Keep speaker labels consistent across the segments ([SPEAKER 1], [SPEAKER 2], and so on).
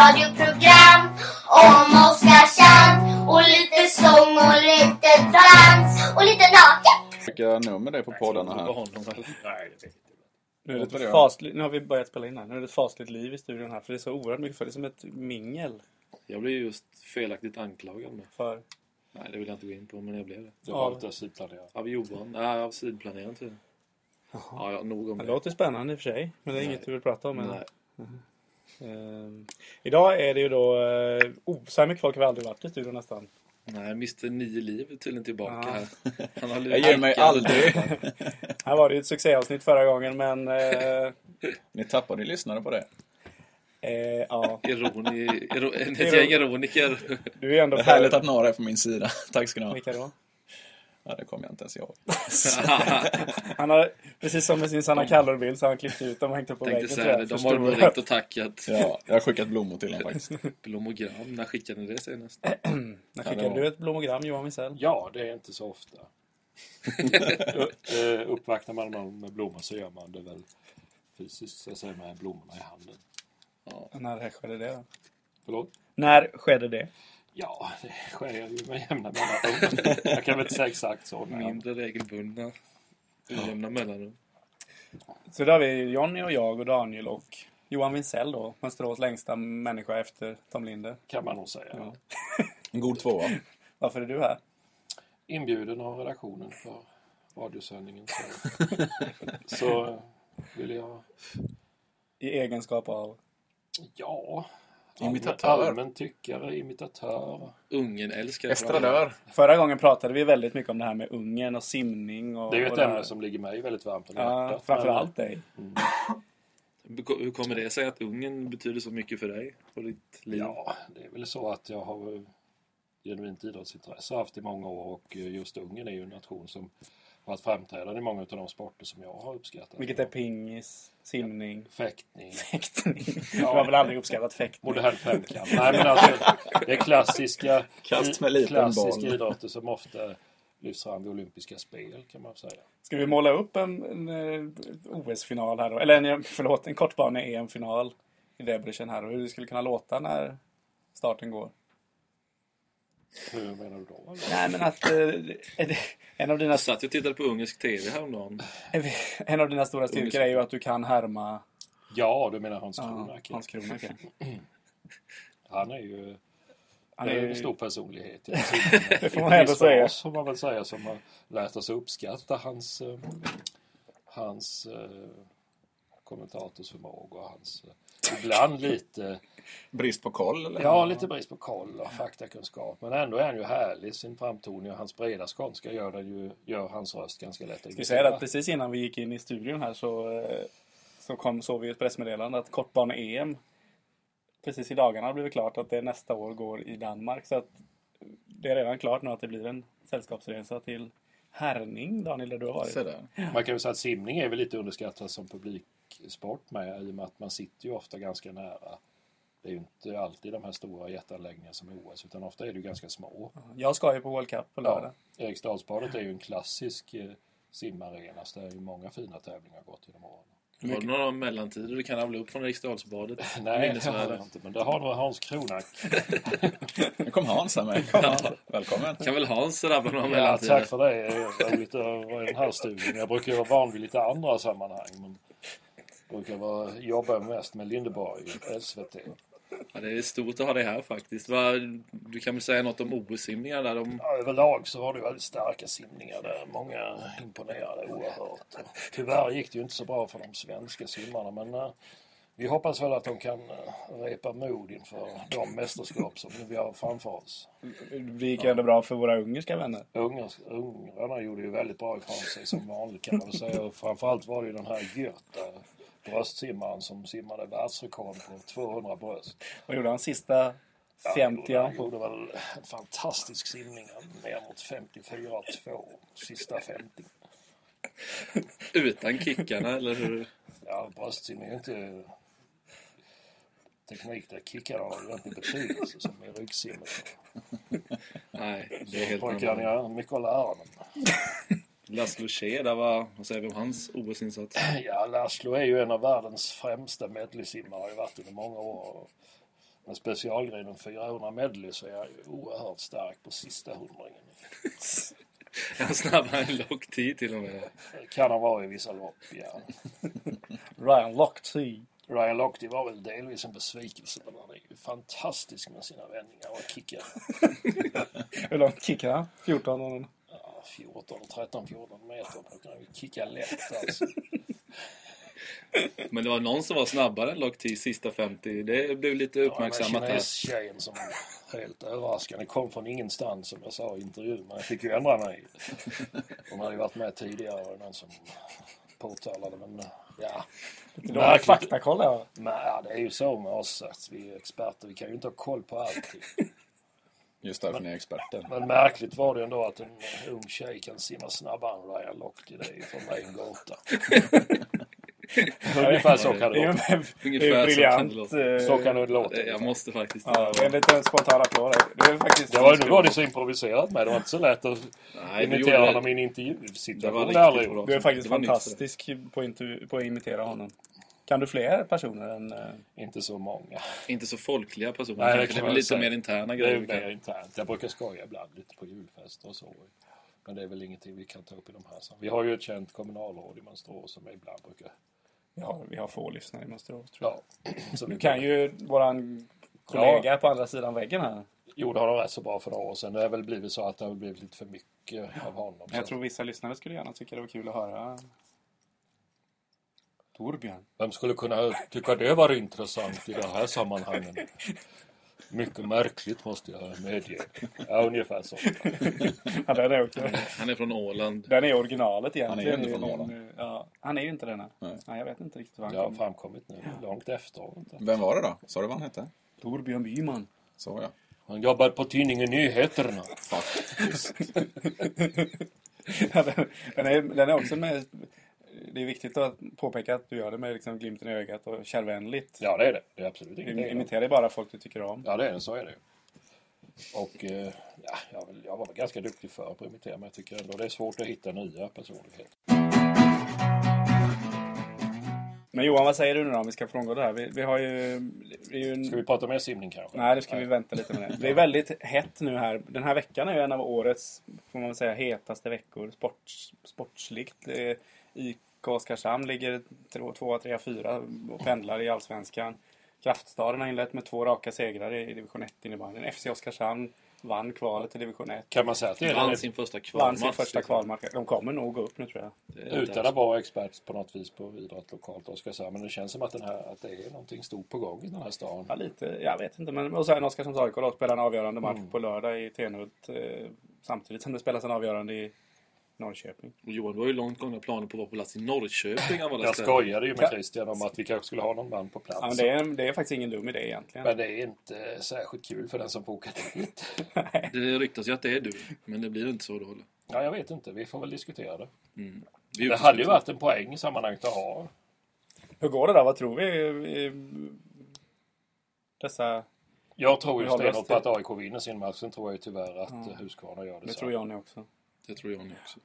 [SPEAKER 1] radioprogram om Oskarshamn och lite sång och lite dans och lite naket.
[SPEAKER 2] Vilka nummer det är på poddarna här.
[SPEAKER 3] Nej, det är inte.
[SPEAKER 4] Nu, är det
[SPEAKER 2] Vad
[SPEAKER 4] ett
[SPEAKER 2] gör
[SPEAKER 4] fasligt, nu har vi börjat spela in här. Nu är det ett fasligt liv i studion här. För det är så oerhört mycket för Det är som ett mingel.
[SPEAKER 3] Jag blev just felaktigt anklagad med.
[SPEAKER 4] För,
[SPEAKER 3] Nej, det vill jag inte gå in på, men jag blev det.
[SPEAKER 5] Det
[SPEAKER 4] Ja.
[SPEAKER 5] var lite sidplanerat.
[SPEAKER 3] Av Johan. Nej, av sidplaneraren tydligen. Ja, ja, nog om
[SPEAKER 4] det
[SPEAKER 3] det.
[SPEAKER 4] låter spännande i och för sig. Men det är
[SPEAKER 3] Nej.
[SPEAKER 4] inget du vill prata om. än.
[SPEAKER 3] Nej.
[SPEAKER 4] Ehm, idag är det ju då... Eh, oh, så här mycket folk har vi aldrig varit i studion nästan.
[SPEAKER 3] Nej, Mr. Nio Liv är tydligen tillbaka
[SPEAKER 4] Ja.
[SPEAKER 3] här. Han har
[SPEAKER 2] Jag ger mig aldrig.
[SPEAKER 4] Här var det ju ett succéavsnitt förra gången men... Eh,
[SPEAKER 2] Ni tappade ju lyssnare på det.
[SPEAKER 4] eh, ja,
[SPEAKER 3] Ironi, ero, ett
[SPEAKER 4] Ero-
[SPEAKER 3] gäng ironiker.
[SPEAKER 4] du är ju ändå...
[SPEAKER 2] Det är härligt att några är på min sida. Tack ska ni ha.
[SPEAKER 4] Vilka då?
[SPEAKER 2] Ja, det kommer jag inte ens ihåg.
[SPEAKER 4] Han har, precis som med sin Sanna Kallor-bild så har han klippt ut dem och hängt upp på väggen
[SPEAKER 3] Tänkte
[SPEAKER 4] tror jag.
[SPEAKER 3] säga det. De
[SPEAKER 4] Förstår
[SPEAKER 3] har nog
[SPEAKER 4] jag.
[SPEAKER 3] ringt och tackat.
[SPEAKER 2] Ja, jag har skickat blommor till honom faktiskt.
[SPEAKER 3] Blommogram. När skickade ni det senast?
[SPEAKER 4] När
[SPEAKER 2] Ja,
[SPEAKER 4] skickade
[SPEAKER 2] det var-
[SPEAKER 4] du ett blommogram Johan Wiesel?
[SPEAKER 5] Ja, det är inte så ofta. Eh, Uppvaktar man någon med blommor så gör man det väl fysiskt, så att säga, med blommorna i handen.
[SPEAKER 4] När skedde det då?
[SPEAKER 5] Förlåt?
[SPEAKER 4] När skedde det?
[SPEAKER 5] Ja, det sker ju med jämna mellanrum. Jag kan väl inte säga exakt så. Men
[SPEAKER 3] Mindre regelbundna. Ojämna mellanrum.
[SPEAKER 4] Så där har vi Jonny och jag och Daniel och Johan Winsell då. Mönsterås längsta människa efter Tom Linde.
[SPEAKER 5] kan man nog säga.
[SPEAKER 2] En god tvåa.
[SPEAKER 4] Varför är du här?
[SPEAKER 5] Inbjuden av redaktionen för radiosändningen så, så vill jag...
[SPEAKER 4] I egenskap av...
[SPEAKER 5] Ja...
[SPEAKER 2] Imitatör.
[SPEAKER 5] Allmän, allmän tyckare, imitatör.
[SPEAKER 3] Ungen älskar
[SPEAKER 2] Estradör.
[SPEAKER 4] Förra gången pratade vi väldigt mycket om det här med Ungern och simning och...
[SPEAKER 5] Det är ju
[SPEAKER 4] och
[SPEAKER 5] ett
[SPEAKER 4] här.
[SPEAKER 5] ämne som ligger mig väldigt varmt om
[SPEAKER 4] Ja,
[SPEAKER 5] hjärtat. men-
[SPEAKER 4] framförallt dig.
[SPEAKER 3] Hur kommer det sig att ungen betyder så mycket för dig och ditt liv?
[SPEAKER 5] Ja, det är väl så att jag har eh, genuint idrottsintresse haft i många år och eh, just Ungern är ju en nation som varit framträdande i många av de sporter som jag har uppskattat.
[SPEAKER 4] Vilket är pingis, simning,
[SPEAKER 5] Fäktning,
[SPEAKER 4] fäktning. Du har väl aldrig uppskattat fäktning?
[SPEAKER 5] modern femkamp. Nej men alltså, det är klassiska,
[SPEAKER 2] Kast med liten
[SPEAKER 5] klassiska
[SPEAKER 2] boll.
[SPEAKER 5] idrotter som ofta lyfts fram vid olympiska spel kan man säga.
[SPEAKER 4] Ska vi måla upp en, en, eh, OS-final här då? Eller en, förlåt, en kortbane-EM-final i Debrecen här och hur det skulle kunna låta när starten går?
[SPEAKER 5] Hur menar du då?
[SPEAKER 4] Nej, men att eh, en, av dina,
[SPEAKER 3] Jag satt och tittade på ungersk TV häromdagen.
[SPEAKER 4] en av dina stora styrkor är ju att du kan härma
[SPEAKER 5] Ja, du menar Hans
[SPEAKER 4] ja,
[SPEAKER 5] Kronak.
[SPEAKER 4] Hans Kronak. ja.
[SPEAKER 5] Han är ju
[SPEAKER 4] Han
[SPEAKER 5] det
[SPEAKER 4] är
[SPEAKER 5] är en
[SPEAKER 4] ju-
[SPEAKER 5] stor personlighet.
[SPEAKER 4] Det får man
[SPEAKER 5] Inte
[SPEAKER 4] ändå
[SPEAKER 5] minst för
[SPEAKER 4] säga.
[SPEAKER 5] oss får man väl säga som har lärt oss att uppskatta hans, eh, hans eh, kommentatorsförmåga och hans eh, ibland lite,
[SPEAKER 2] Brist på koll eller?
[SPEAKER 5] ja, lite brist på koll och faktakunskap. Men ändå är han ju härlig i sin framtoning och hans breda skånska gör, den ju, gör hans röst ganska lätt att
[SPEAKER 4] Ska vi säga det att precis innan vi gick in i studion här så, eh, så kom, såg vi ett pressmeddelande att kortbane-EM precis i dagarna har blivit klart att det nästa år går i Danmark. Så att det är redan klart nu att det blir en sällskapsresa till Herning, Daniel, där du har varit.
[SPEAKER 2] Se där.
[SPEAKER 5] Man kan ju säga att simning är väl lite underskattat som publiksport med i och med att man sitter ju ofta ganska nära. Det är ju inte alltid de här stora jätteanläggningarna som är OS utan ofta är det ju ganska små.
[SPEAKER 4] Jag ska ju på World Cup på lördag.
[SPEAKER 5] Ja, Eriksdalsbadet är ju en klassisk eh, simarena så där är ju många fina tävlingar gått genom åren.
[SPEAKER 3] Har du några mellantider du kan ramla upp från Riksdalsbadet?
[SPEAKER 5] Nej, det har
[SPEAKER 3] Minnesvärda.
[SPEAKER 5] jag inte, men det har nog Hans Kronak.
[SPEAKER 2] Nu kom Hans här med. Välkommen.
[SPEAKER 3] Kan väl Hans rabba några
[SPEAKER 5] Ja,
[SPEAKER 3] mellantider?
[SPEAKER 5] tack för det. Det är Roligt att vara i den här studion. Jag brukar ju vara van vid lite andra sammanhang. Men brukar vara, jobba mest med Lindeborg, SVT.
[SPEAKER 3] Ja, det är stort att ha dig här faktiskt. Va, Du kan väl säga något om OS-simningar där? Om...
[SPEAKER 5] Ja, överlag så var det väldigt starka simningar där. Många imponerade oerhört. Tyvärr gick det ju inte så bra för de svenska simmarna men eh, vi hoppas väl att de kan eh, repa mod inför de mästerskap som vi har framför oss.
[SPEAKER 4] Det gick ju ändå bra för våra ungerska vänner.
[SPEAKER 5] Ungers, ungrarna gjorde ju väldigt bra ifrån sig som vanligt kan man väl säga. Och framförallt var det ju den här Göta bröstsimmaren som simmade världsrekord på 200 bröst.
[SPEAKER 4] Vad gjorde han sista
[SPEAKER 5] Ja,
[SPEAKER 4] 50
[SPEAKER 5] han gjorde väl en fantastisk simning ner mot 54,2 sista 50.
[SPEAKER 3] Utan kickarna, eller hur?
[SPEAKER 5] Ja, bröstsim är ju inte teknik där kickar har ju inte betydelse alltså, som i ryggsimmet.
[SPEAKER 3] Nej, det är helt
[SPEAKER 5] Pojkarna
[SPEAKER 3] annorlunda.
[SPEAKER 5] har mycket att lära dem.
[SPEAKER 3] Laszlo Scheer, där var... Vad säger vi om hans OS-insats?
[SPEAKER 5] Ja, Laszlo är ju en av världens främsta medleysimmare och har ju varit under många år. Men specialgrenen 400 medley så är jag ju oerhört stark på sista hundringen.
[SPEAKER 3] Han snabbade en lock tid till och med.
[SPEAKER 5] Kan han vara i vissa lopp, ja.
[SPEAKER 4] Ryan Lochte.
[SPEAKER 5] Ryan Lochte var väl delvis en besvikelse men han är ju fantastisk med sina vändningar och kickar.
[SPEAKER 4] Hur långt kickar han? 14? och någon.
[SPEAKER 5] Ja, 14, 13, 14 meter brukar han ju kicka lätt alltså.
[SPEAKER 3] Men det var någon som var snabbare än lock tid sista 50. Det blev lite uppmärksammat här.
[SPEAKER 5] Ja, Kines-tjejen som helt överraskande kom från ingenstans som jag sa i intervjun. Men jag fick ju ändra mig. Hon hade ju varit med tidigare och någon som påtalade men ja.
[SPEAKER 4] Dålig faktakoll där.
[SPEAKER 5] Men ja, det är ju så med oss att vi är experter. Vi kan ju inte ha koll på allting.
[SPEAKER 2] Just därför ni är experter.
[SPEAKER 5] Men märkligt var det ändå att en ung tjej kan simma snabbare än Ryan Lochte. Det är ju för mig en gåta. Ungefär så kan
[SPEAKER 4] Det
[SPEAKER 5] det
[SPEAKER 4] är
[SPEAKER 5] låta.
[SPEAKER 4] ju- det
[SPEAKER 3] Ungefär
[SPEAKER 4] är ju
[SPEAKER 3] så kan det
[SPEAKER 4] briljant.
[SPEAKER 3] låta.
[SPEAKER 4] eh,
[SPEAKER 5] Så kan det låta.
[SPEAKER 3] Jag måste faktiskt...
[SPEAKER 4] Ja, det är en liten spontan applåd. här. Det är faktiskt...
[SPEAKER 5] Det var, nu var det så improviserat med. Det var inte så lätt att
[SPEAKER 3] Nej, du
[SPEAKER 5] imitera
[SPEAKER 3] gjorde
[SPEAKER 5] honom i
[SPEAKER 3] det.
[SPEAKER 5] en intervju.
[SPEAKER 3] Det var
[SPEAKER 5] Situation
[SPEAKER 3] riktigt
[SPEAKER 5] där aldrig
[SPEAKER 3] bra.
[SPEAKER 4] Du är faktiskt
[SPEAKER 3] Det var nytt för
[SPEAKER 4] fantastisk på, att intervju- på att imitera honom. Kan du fler personer än... eh,
[SPEAKER 5] Inte så många.
[SPEAKER 3] Inte så folkliga personer.
[SPEAKER 5] Nej, det
[SPEAKER 3] kanske.
[SPEAKER 5] kan
[SPEAKER 3] det är
[SPEAKER 5] man
[SPEAKER 3] väl lite
[SPEAKER 5] säga.
[SPEAKER 3] mer interna
[SPEAKER 5] Det är
[SPEAKER 3] grejer.
[SPEAKER 5] ju
[SPEAKER 3] vi kan-
[SPEAKER 5] mer internt. Jag brukar skoja ibland lite på julfester och så. Men det är väl ingenting vi kan ta upp i de här sam- Vi har ju ett känt kommunalråd i Mönsterås som jag ibland brukar...
[SPEAKER 4] Vi har, vi har få lyssnare i Mönsterås tror jag.
[SPEAKER 5] Ja. Så
[SPEAKER 4] Du kan ju våran kollega på andra sidan väggen här.
[SPEAKER 5] gjorde honom rätt så bra för några år sedan. Det har väl blivit så att det har blivit lite för mycket av honom.
[SPEAKER 4] Jag
[SPEAKER 5] Så-
[SPEAKER 4] tror vissa lyssnare skulle gärna tycka det var kul att höra Torbjörn.
[SPEAKER 5] Vem skulle kunna tycka det var intressant i det här sammanhanget? Mycket märkligt måste jag medge. Ja, ungefär så.
[SPEAKER 4] Ja, den, är också.
[SPEAKER 3] Han är från Åland.
[SPEAKER 4] den är originalet
[SPEAKER 2] Han är
[SPEAKER 4] egentligen.
[SPEAKER 2] ju ändå från Åland.
[SPEAKER 4] eh, Ja, han är ju inte denna.
[SPEAKER 2] Nej.
[SPEAKER 4] Nej. jag vet inte riktigt vad han
[SPEAKER 5] Det har
[SPEAKER 4] kom.
[SPEAKER 5] framkommit nu, långt efteråt.
[SPEAKER 2] Vem var det då? Sa du vad han hette?
[SPEAKER 4] Torbjörn Byman.
[SPEAKER 2] Så ja.
[SPEAKER 5] Han jobbar på tidningen Nyheterna.
[SPEAKER 2] Faktiskt.
[SPEAKER 4] Ja, den, den, är, den är också med... Det är viktigt att påpeka att du gör det med liksom glimten i ögat och kärvänligt.
[SPEAKER 5] Ja, det är det. Det är absolut inget
[SPEAKER 4] Im-
[SPEAKER 5] det.
[SPEAKER 4] Imitera ju bara folk du tycker om.
[SPEAKER 5] Ja, det är det. Så är det ju. Och eh, ja, jag, vill- jag var väl ganska duktig förr på att imitera, men jag tycker ändå det är svårt att hitta nya personligheter.
[SPEAKER 4] Men Johan, vad säger du nu då om vi ska frångå det här? Vi, vi har ju... Det är ju en...
[SPEAKER 5] Ska vi prata mer simning
[SPEAKER 3] Typ.
[SPEAKER 5] kanske?
[SPEAKER 4] Nej, det ska vi vänta lite med det. Det är väldigt hett nu här. Den här veckan är ju en av årets, får man väl säga, hetaste veckor sport, sportsligt. Eh, IK Oskarshamn ligger trå- tvåa, trea, fyra och pendlar i Allsvenskan. Kraftstaden har inlett med två raka segrar i division 1 innebandyn. FC Oskarshamn vann kvalet till division 1.
[SPEAKER 5] Kan man säga att det är
[SPEAKER 3] Vann
[SPEAKER 5] det?
[SPEAKER 3] sin första
[SPEAKER 4] Vann
[SPEAKER 3] kvalmatch.
[SPEAKER 4] sin första
[SPEAKER 3] liksom.
[SPEAKER 4] kvalmatch. De kommer nog gå upp nu tror jag.
[SPEAKER 3] Det är inte
[SPEAKER 5] Utan
[SPEAKER 3] alls-
[SPEAKER 5] att vara expert på något vis på idrott lokalt, Oskarshamn, men det känns som att, den här, att det är någonting stort på gång i den här stan.
[SPEAKER 4] Ja, lite. Jag vet inte. Men, och sen Oskarshamns AIK då spelar en avgörande match
[SPEAKER 3] Mm.
[SPEAKER 4] på lördag i Tenhult. Eh, samtidigt som det spelas en avgörande i Norrköping.
[SPEAKER 3] Och Johan, du har ju långt gångna planer på att vara på plats i Norrköping av alla
[SPEAKER 5] Jag
[SPEAKER 3] ställen.
[SPEAKER 5] skojade ju med Christian om att vi kanske skulle ha någon man på plats.
[SPEAKER 4] Ja, men det, är, det är faktiskt ingen dum idé egentligen.
[SPEAKER 5] Men det är inte särskilt kul för den som bokat dit.
[SPEAKER 3] Det ryktas ju att det är du, men det blir inte så då eller?
[SPEAKER 5] Ja, jag vet inte. Vi får väl diskutera det.
[SPEAKER 3] Vi
[SPEAKER 5] Det hade ju varit en poäng i sammanhanget att ha.
[SPEAKER 4] Hur går det där? Vad tror vi? i- i- Dessa...
[SPEAKER 5] Jag tror
[SPEAKER 4] Vi
[SPEAKER 5] ju
[SPEAKER 4] håller oss
[SPEAKER 5] stenhårt på att
[SPEAKER 4] till-
[SPEAKER 5] AIK vinner sin match. Sen tror jag ju tyvärr att mm. Husqvarna gör det.
[SPEAKER 4] Det
[SPEAKER 5] så.
[SPEAKER 4] tror jag nu också.
[SPEAKER 3] Det tror jag nu också.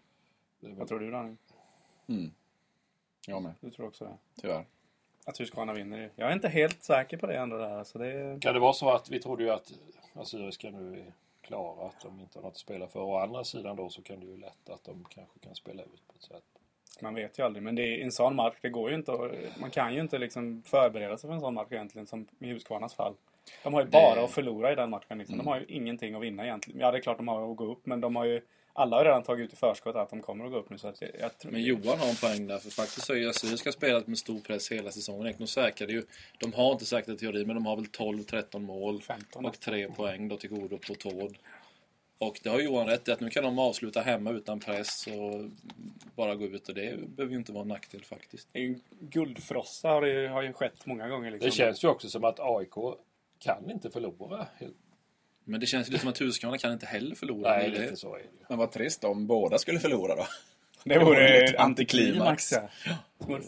[SPEAKER 5] Det är väl-
[SPEAKER 4] Vad tror du Daniel?
[SPEAKER 2] Mm. Jag med,
[SPEAKER 4] Du tror också det?
[SPEAKER 2] tyvärr.
[SPEAKER 4] Att Husqvarna vinner. Jag är inte helt säker på det ändå det här. Så det är...
[SPEAKER 5] Kan det vara så att vi trodde ju att Assyriska nu är klara, att de inte har något att spela för. Å andra sidan då så kan det ju lätt att de kanske kan spela ut på ett sätt.
[SPEAKER 4] Man vet ju aldrig. Men det är en sån match. Det går ju inte att... Man kan ju inte liksom förbereda sig för en sån match egentligen. Som i Husqvarnas fall. De har ju bara
[SPEAKER 2] Det-
[SPEAKER 4] att förlora i den matchen. Liksom. De
[SPEAKER 5] Mm.
[SPEAKER 4] har ju ingenting att vinna egentligen. Ja, det är klart de har att gå upp. Men de har ju... Alla har ju redan tagit ut i förskott att de kommer att gå upp nu. Så att det, jag tror...
[SPEAKER 3] Men Johan har en poäng där, för faktiskt så har ju Assyriska spelat med stor press hela säsongen. Ekno säkrade ju, de har inte säkrat i teori, men de har väl 12-13 mål
[SPEAKER 4] 15.
[SPEAKER 3] och tre poäng då till godo på Tord. Och det har Johan rätt i, att nu kan de avsluta hemma utan press och bara gå ut och det behöver ju inte vara en nackdel faktiskt.
[SPEAKER 4] Det är ju- Guldfrossa har ju, har ju skett många gånger. Liksom.
[SPEAKER 5] Det känns ju också som att AIK kan inte förlora.
[SPEAKER 3] Men det känns ju lite som att Husqvarna kan inte heller förlora.
[SPEAKER 5] Nej,
[SPEAKER 3] Det är-
[SPEAKER 5] lite så är det ju.
[SPEAKER 2] Men vad trist om båda skulle förlora då.
[SPEAKER 4] Det
[SPEAKER 2] Det
[SPEAKER 4] vore
[SPEAKER 2] vore ett
[SPEAKER 4] ett antiklimax. Mm.
[SPEAKER 2] antiklimax.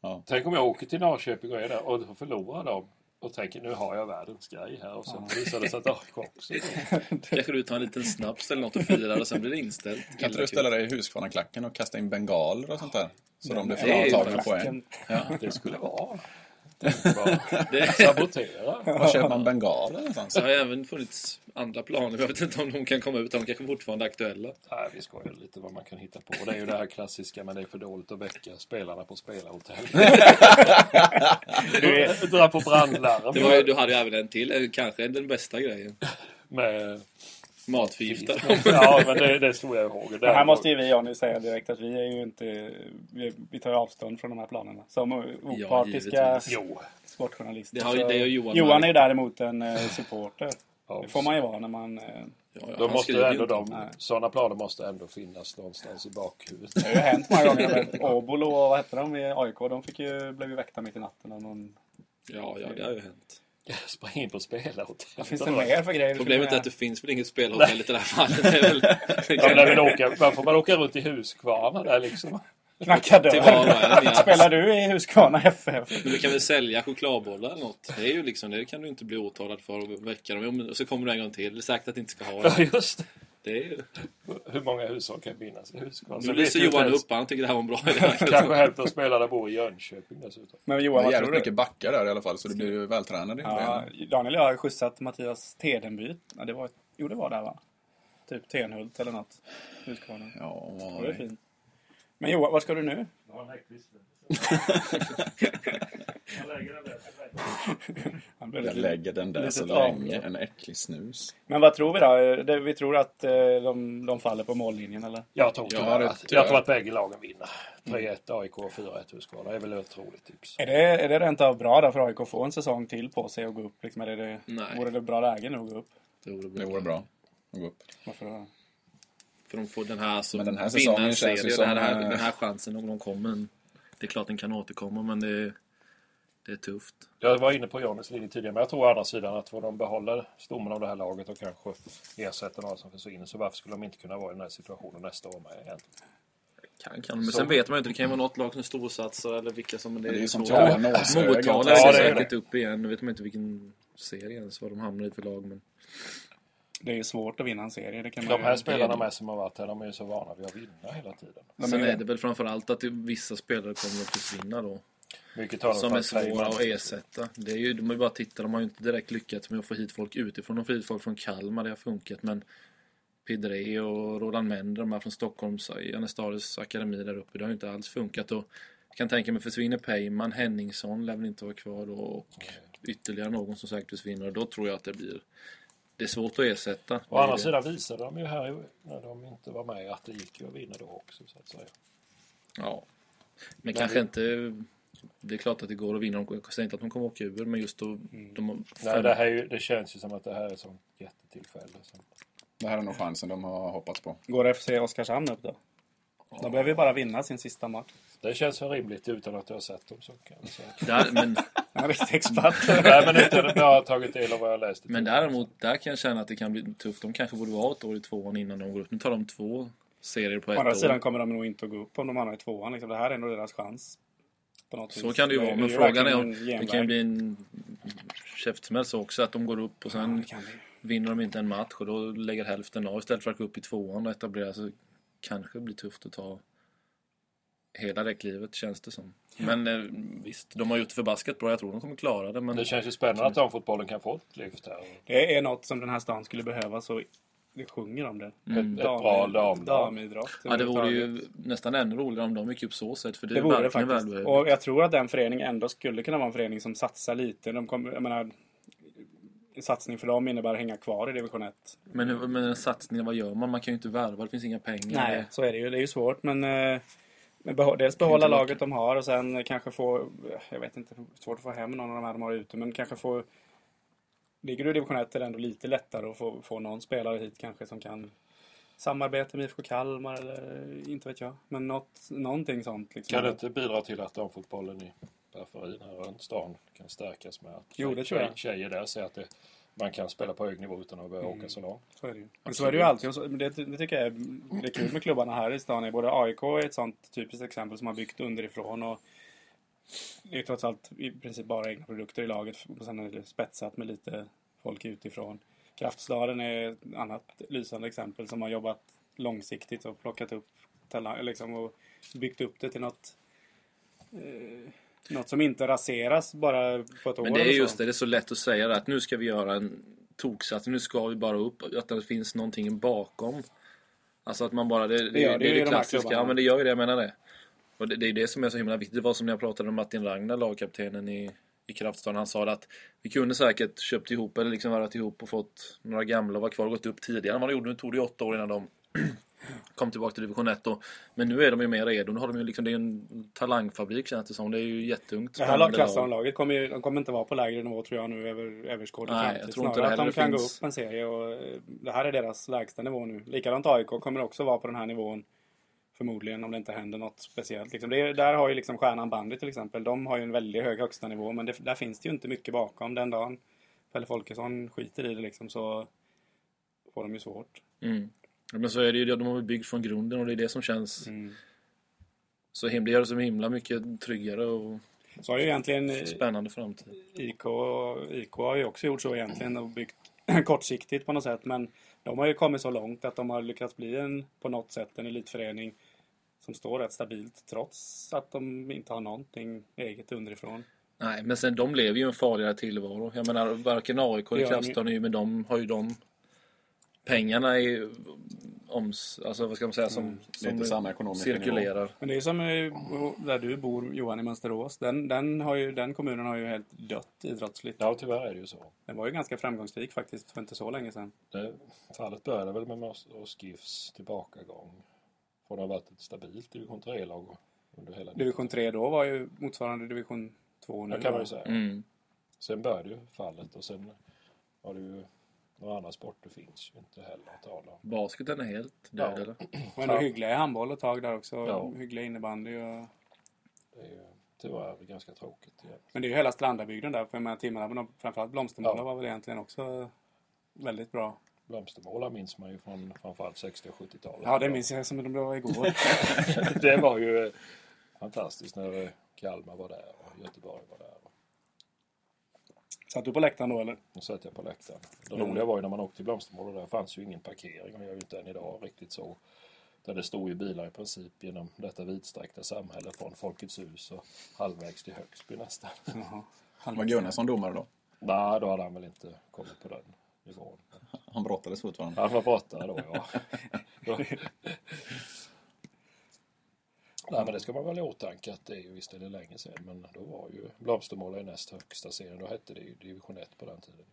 [SPEAKER 4] ja.
[SPEAKER 5] Tänk om jag åker till Norrköping och är där och förlorar dem och tänker nu har jag världens grej här och sen visar det sig att AIK också är det.
[SPEAKER 3] Kanske du tar en liten snaps eller något och firar och sen blir det inställt.
[SPEAKER 2] Kan inte du ställa dig i Huskvarnaklacken och kasta in bengaler och sånt där? Så de blir
[SPEAKER 3] det är ju
[SPEAKER 2] fråntagna
[SPEAKER 3] klacken.
[SPEAKER 2] poäng.
[SPEAKER 5] Det skulle vara.
[SPEAKER 3] Det,
[SPEAKER 5] Sabotera?
[SPEAKER 2] Var köper man bengaler någonstans?
[SPEAKER 3] det har även funnits andra planer. Jag vet inte om de kan komma ut. De kanske fortfarande är aktuella.
[SPEAKER 5] Nej, vi skojar lite vad man kan hitta på. Och det är ju det här klassiska, men det är för dåligt att väcka spelarna på spelarhotell.
[SPEAKER 4] Du är,
[SPEAKER 5] Dra på
[SPEAKER 3] Det var, ju-
[SPEAKER 5] brandlarm
[SPEAKER 3] du hade ju även en till. eh, Kanske den bästa grejen.
[SPEAKER 5] med...
[SPEAKER 3] Matförgiftad.
[SPEAKER 5] Ja, men det, det slog jag ihåg.
[SPEAKER 4] det här måste ju vi Johnny säga direkt att vi är ju inte... Vi, vi tar ju avstånd från de här planerna. Som o-
[SPEAKER 3] Ja,
[SPEAKER 4] opartiska
[SPEAKER 3] givetvis.
[SPEAKER 5] Jo.
[SPEAKER 4] sportjournalister.
[SPEAKER 3] Det har ju-
[SPEAKER 4] så-
[SPEAKER 3] det gör Johan
[SPEAKER 4] Johan är
[SPEAKER 3] här.
[SPEAKER 4] ju däremot en eh, supporter.
[SPEAKER 5] Ja,
[SPEAKER 4] Det får man ju vara när man... eh,
[SPEAKER 3] Ja, ja,
[SPEAKER 5] Då
[SPEAKER 3] han
[SPEAKER 5] måste ju
[SPEAKER 3] skriver
[SPEAKER 5] ändå
[SPEAKER 3] inte.
[SPEAKER 5] de,
[SPEAKER 4] Nej.
[SPEAKER 5] sådana planer måste ändå finnas någonstans i bakhuvudet.
[SPEAKER 4] Det har ju hänt många gånger. men Åbolo och vad hette de i AIK? De fick ju, blev ju väckta mitt i natten av någon...
[SPEAKER 3] Ja, ja, det har ju hänt.
[SPEAKER 5] Spring in på
[SPEAKER 4] Vad
[SPEAKER 5] spelarhotellet.
[SPEAKER 4] finns det mer för grejer? vi skulle
[SPEAKER 3] Problemet är
[SPEAKER 4] kunna-
[SPEAKER 3] att det finns väl inget spelhotell i det här fallet. Det är väl,
[SPEAKER 5] Ja, men när vi åker, man får man åka runt i Huskvarna där liksom?
[SPEAKER 4] Knacka
[SPEAKER 3] till var och
[SPEAKER 4] dörr.
[SPEAKER 3] en. Ja.
[SPEAKER 4] Spelar du i Huskvarna FF?
[SPEAKER 3] Men du kan väl sälja chokladbollar eller något? Det, är ju liksom, det kan du inte bli åtalad för och väcka dem. Jo, men- Och så kommer du en gång till. Det är sagt att du inte ska ha
[SPEAKER 5] Ja,
[SPEAKER 3] det.
[SPEAKER 5] just det.
[SPEAKER 3] det är ju...
[SPEAKER 5] Hur många hushåll kan finnas i Huskvarna?
[SPEAKER 3] Nu
[SPEAKER 5] vet
[SPEAKER 3] lyser
[SPEAKER 5] vi inte
[SPEAKER 3] Johan
[SPEAKER 5] ens.
[SPEAKER 3] upp. Han tycker det här var en bra idé.
[SPEAKER 5] Kanske hälften av spelarna bor i Jönköping dessutom.
[SPEAKER 4] Men
[SPEAKER 2] Det
[SPEAKER 4] Johan,
[SPEAKER 2] är
[SPEAKER 4] vad tror
[SPEAKER 2] jävligt
[SPEAKER 4] du?
[SPEAKER 2] mycket backar där i alla fall, så du blir ju vältränad i
[SPEAKER 4] Ja,
[SPEAKER 2] benen.
[SPEAKER 4] Daniel och jag har skjutsat Mattias Tedenby. Ja, det var, jo, det var där va? Typ Tenhult eller något. Huskvarna.
[SPEAKER 2] Ja,
[SPEAKER 4] Ja,
[SPEAKER 2] vad
[SPEAKER 4] det
[SPEAKER 2] har
[SPEAKER 4] är
[SPEAKER 2] vi?
[SPEAKER 4] fint. Men Johan, vad ska du nu? Han blev
[SPEAKER 2] jag
[SPEAKER 4] lite-
[SPEAKER 2] lägger den där
[SPEAKER 4] Litet
[SPEAKER 2] så
[SPEAKER 4] avbrott.
[SPEAKER 2] länge. En äcklig snus.
[SPEAKER 4] Men vad tror vi då? Det- Vi tror att eh, de, de faller på mållinjen eller?
[SPEAKER 5] Jag tror,
[SPEAKER 2] Ja,
[SPEAKER 5] tyvärr
[SPEAKER 2] det
[SPEAKER 5] att-
[SPEAKER 2] tror
[SPEAKER 5] jag
[SPEAKER 2] jag.
[SPEAKER 5] tror att bägge lagen vinner. 3-1 AIK och 4-1 Huskvarna. Det är väl ett roligt tips.
[SPEAKER 4] Är det, är det rent av bra då för AIK att få en säsong till på sig och gå upp? Liksom, är det det,
[SPEAKER 3] Nej.
[SPEAKER 4] vore det bra läge nu att gå upp?
[SPEAKER 3] Det vore bra.
[SPEAKER 2] Det vore bra. att gå upp.
[SPEAKER 4] Varför då?
[SPEAKER 3] För de får den här, så
[SPEAKER 2] Men den här
[SPEAKER 3] vinna
[SPEAKER 2] säsongen
[SPEAKER 3] en
[SPEAKER 2] känns
[SPEAKER 3] serie
[SPEAKER 2] ju
[SPEAKER 3] och den här,
[SPEAKER 2] som, eh,
[SPEAKER 3] den här chansen om de kommer. Det är klart den kan återkomma men det är, det är tufft.
[SPEAKER 5] Jag var inne på Johnnys linje tidigare, men jag tror å andra sidan att får de behåller stommen av det här laget och kanske ersätter några som försvinner, så varför skulle de inte kunna vara i den här situationen nästa år med egentligen?
[SPEAKER 3] Kan, kan. Men
[SPEAKER 5] Så-
[SPEAKER 3] sen vet man ju inte. Det kan ju vara något lag som storsatsar eller vilka som...
[SPEAKER 2] Det är ju som
[SPEAKER 3] svårt.
[SPEAKER 2] Tjalle Nåshög.
[SPEAKER 3] Motala
[SPEAKER 5] Ja,
[SPEAKER 3] är
[SPEAKER 5] det är
[SPEAKER 3] säkert upp igen. Nu vet man inte vilken serie ens, vad de hamnar i för lag. Men...
[SPEAKER 4] Det är ju svårt att vinna en serie. Det kan man
[SPEAKER 5] De här
[SPEAKER 3] Mm.
[SPEAKER 4] ju...
[SPEAKER 5] spelarna med som har varit här, de är ju så vana vid att vinna hela tiden.
[SPEAKER 4] De
[SPEAKER 3] Sen
[SPEAKER 4] är ju-
[SPEAKER 3] är det väl framförallt att det- vissa spelare kommer att försvinna då.
[SPEAKER 5] Mycket talar
[SPEAKER 3] Som
[SPEAKER 5] för
[SPEAKER 3] är
[SPEAKER 5] att
[SPEAKER 3] svåra
[SPEAKER 5] Freiman-
[SPEAKER 3] att ersätta. Det är ju, de har ju bara titta, de har ju inte direkt lyckats med att få hit folk utifrån. De får hit folk från Kalmar, det har funkat. Men Pidré E och Roland Mender, de här från Stockholms Janestaris akademi där uppe, det har ju inte alls funkat. Och jag kan tänka mig, försvinner Peyman, Henningsson lär väl inte vara kvar då och ytterligare någon som säkert försvinner. Och Då tror jag att det blir... Det är svårt att ersätta.
[SPEAKER 5] Å andra
[SPEAKER 3] Det är
[SPEAKER 5] sidan visade de ju här i- när de inte var med att det gick ju att vinna då också, så att säga.
[SPEAKER 3] det. Ja. Men kanske inte... Det är klart att det går att vinna. De- Jag säger inte att de kommer åka ur, men just då... De,
[SPEAKER 5] Nej, det, här är ju, det känns ju som att det här är ett sånt jättetillfälle. Som...
[SPEAKER 2] Det här är nog chansen de har hoppats på.
[SPEAKER 4] Går FC Oskarshamn upp då? De behöver ju bara vinna sin sista match.
[SPEAKER 5] Det känns för rimligt utan att jag har sett dem. Så kan jag säga.
[SPEAKER 3] där, men,
[SPEAKER 4] En riktig expert.
[SPEAKER 5] Nej, men inte, jag har tagit del av vad jag läste.
[SPEAKER 3] Men däremot, där kan jag känna att det kan bli tufft. De kanske borde vara ett år i tvåan innan de går upp. Nu tar de två serier på
[SPEAKER 4] Å andra
[SPEAKER 3] ett
[SPEAKER 4] sidan
[SPEAKER 3] år.
[SPEAKER 4] kommer de nog inte att gå upp om de hamnar i tvåan. Liksom. Det här är nog deras chans. På något
[SPEAKER 3] Så
[SPEAKER 4] vis.
[SPEAKER 3] kan det ju vara, men
[SPEAKER 4] ju
[SPEAKER 3] frågan är
[SPEAKER 4] verkligen
[SPEAKER 3] om
[SPEAKER 4] en
[SPEAKER 3] det kan ju
[SPEAKER 4] genväg.
[SPEAKER 3] bli en käftsmäll så också. Att de går upp och
[SPEAKER 4] Ja,
[SPEAKER 3] sen
[SPEAKER 4] det kan det ju.
[SPEAKER 3] vinner de inte en match och då lägger hälften av. Istället för att gå upp i tvåan och etablera sig kanske blir tufft att ta hela det klivet känns det som. Men eh, visst, de har gjort det förbaskat bra. Jag tror de kommer klara det. Men
[SPEAKER 5] Det känns ju spännande att damfotbollen kan få ett lyft här.
[SPEAKER 4] Det är något som den här stan skulle behöva så det sjunger om det.
[SPEAKER 5] Ett, ett bra damlag.
[SPEAKER 4] damidrott.
[SPEAKER 3] Mm. ja, det vore
[SPEAKER 4] överhuvudtaget.
[SPEAKER 3] ju nästan ännu roligare om de gick upp så sätt. För det,
[SPEAKER 4] Det
[SPEAKER 3] är
[SPEAKER 4] vore det
[SPEAKER 3] verkligen
[SPEAKER 4] faktiskt.
[SPEAKER 3] välbehövligt.
[SPEAKER 4] Och jag tror att den föreningen ändå skulle kunna vara en förening som satsar lite. De kommer, jag menar, en satsning för dem innebär att hänga kvar i division 1.
[SPEAKER 3] Men, hur- men en satsning, vad gör man? Man kan ju inte värva, det finns inga pengar.
[SPEAKER 4] Nej, så är det ju. Det är ju svårt. Men, eh, men behå- dels behålla
[SPEAKER 3] Inte
[SPEAKER 4] laget de har och sen kanske få, jag vet inte, svårt att få hem någon av de här de har ute, men kanske få Ligger du i division 1 är det ändå lite lättare att få, få någon spelare hit kanske som kan samarbeta med IFK Kalmar eller inte vet jag. Men något, någonting sånt. Liksom.
[SPEAKER 5] Kan det inte bidra till att damfotbollen i periferin här runt stan kan stärkas med att
[SPEAKER 4] Jo, det tror jag.
[SPEAKER 5] tjejer där ser att det, man kan spela på hög nivå utan att behöva åka så långt.
[SPEAKER 4] Så är det ju. Men så är det ju alltid. Och så- men Det, det tycker jag är, det är kul med klubbarna här i stan. är Både AIK är ett sånt typiskt exempel som har byggt underifrån. Och det är trots allt i princip bara egna produkter i laget. Och sen är det spetsat med lite folk utifrån. Kraftstaden är ett annat lysande exempel som har jobbat långsiktigt och plockat upp talang, liksom, och byggt upp det till något eh, Något som inte raseras bara på ett år.
[SPEAKER 3] Men det är
[SPEAKER 4] eller så.
[SPEAKER 3] just det, det är så lätt att säga det, att nu ska vi göra en toksatsning, nu ska vi bara upp, att det finns någonting bakom. Alltså att man bara, det, det,
[SPEAKER 4] gör
[SPEAKER 3] det,
[SPEAKER 4] det ju
[SPEAKER 3] är
[SPEAKER 4] i
[SPEAKER 3] det
[SPEAKER 4] de här
[SPEAKER 3] klassiska,
[SPEAKER 4] klubbarna.
[SPEAKER 3] ja men det gör ju det, jag menar det. Och det, det är ju det som är så himla viktigt, det var som när jag pratade med Martin Ragnar, lagkaptenen i, i Kraftstaden, han sa det att vi kunde säkert köpt ihop eller liksom varit ihop och fått några gamla och var kvar och gått upp tidigare än vad de gjorde, nu tog det ju åtta år innan de kom tillbaka till division 1 då. Men nu är de ju mer redo, nu har de ju liksom, det är ju en talangfabrik känns det som, det är ju jätteungt.
[SPEAKER 4] Det här
[SPEAKER 3] spännande lag.
[SPEAKER 4] lagklassomlaget kommer, ju- de kommer inte vara på lägre nivå tror jag nu över överskådlig
[SPEAKER 3] Nej,
[SPEAKER 4] framtid.
[SPEAKER 3] jag tror inte
[SPEAKER 4] Snarare
[SPEAKER 3] det
[SPEAKER 4] att de
[SPEAKER 3] heller
[SPEAKER 4] kan
[SPEAKER 3] finns.
[SPEAKER 4] gå upp en serie och eh, det här är deras lägsta nivå nu. Likadant AIK kommer också vara på den här nivån förmodligen om det inte händer något speciellt. Liksom. Det är, där har ju liksom stjärnan Bandy till exempel. De har ju en väldigt hög högsta nivå men det, där finns det ju inte mycket bakom. Den dagen Pelle Folkesson skiter i det liksom så får de ju svårt.
[SPEAKER 3] Mm. Ja, Men så är det ju, det. de har väl byggt från grunden och det är det som känns
[SPEAKER 4] Mm.
[SPEAKER 3] så himla, det gör det så himla mycket tryggare och
[SPEAKER 4] Så har ju egentligen eh,
[SPEAKER 3] spännande framtid.
[SPEAKER 4] IK, och- IK har ju också gjort så egentligen och byggt kortsiktigt på något sätt. Men de har ju kommit så långt att de har lyckats bli en, på något sätt, en elitförening som står rätt stabilt trots att de inte har någonting eget underifrån.
[SPEAKER 3] Nej, men sen de lever ju en farligare tillvaro. Jag menar, varken AIK
[SPEAKER 4] Ja,
[SPEAKER 3] eller
[SPEAKER 4] men-
[SPEAKER 3] Kraftstaden är ju, men de har ju de pengarna i oms, alltså vad ska man säga, som,
[SPEAKER 2] Det är inte
[SPEAKER 3] som
[SPEAKER 2] samma ekonomiska nivå.
[SPEAKER 3] cirkulerar.
[SPEAKER 4] Men det är som eh, där du bor Johan i Mönsterås. Den, den, har ju, den kommunen har ju helt dött idrottsligt.
[SPEAKER 5] Ja, tyvärr är det ju så.
[SPEAKER 4] Den var ju ganska framgångsrik faktiskt för inte så länge sedan.
[SPEAKER 5] Det, fallet började väl med Mörstås GIFs tillbakagång. Från att ha varit ett stabilt division 3-lag under hela
[SPEAKER 4] Division 3 då var ju motsvarande division 2 nu.
[SPEAKER 5] Det kan man
[SPEAKER 4] va?
[SPEAKER 5] ju säga.
[SPEAKER 3] Mm.
[SPEAKER 5] Sen började ju fallet och sen har det ju några andra sporter finns ju inte heller att tala om.
[SPEAKER 3] Basketen är helt död
[SPEAKER 5] Ja.
[SPEAKER 3] eller?
[SPEAKER 4] Och ändå
[SPEAKER 5] Ja.
[SPEAKER 4] hyggliga i handboll ett tag där också.
[SPEAKER 5] Ja.
[SPEAKER 4] Hyggliga innebandy och
[SPEAKER 5] Det är ju tyvärr ganska tråkigt. igen.
[SPEAKER 4] Men det är ju hela Strandabygden där. För jag menar timmarna, men de- framförallt Blomstermåla
[SPEAKER 5] Ja.
[SPEAKER 4] var väl egentligen också väldigt bra.
[SPEAKER 5] Blomstermåla minns man ju från framförallt 60 och 70-talet.
[SPEAKER 4] Ja, det minns jag som de var igår.
[SPEAKER 5] det var ju eh, fantastiskt när eh, Kalmar var där och Göteborg var där.
[SPEAKER 4] Satt du på läktaren då eller?
[SPEAKER 5] Nu satt jag på läktaren. Det roliga var ju när man åkte till Blomstermåla, där fanns ju ingen parkering och jag är ju inte än idag riktigt så. Där det stod ju bilar i princip genom detta vidsträckta samhälle från Folkets hus och halvvägs till Högsby nästan.
[SPEAKER 4] Jaha.
[SPEAKER 2] Var Gunnarsson domare då?
[SPEAKER 5] Nej, då hade han väl inte kommit på den nivån.
[SPEAKER 2] Han brottades fortfarande.
[SPEAKER 5] Han var borta då, ja. Då- Nej, men det ska man väl ha i åtanke att det är ju, visst är det länge sedan, men då var ju Blomstermåla i näst högsta serien. Då hette det ju division 1 på den tiden.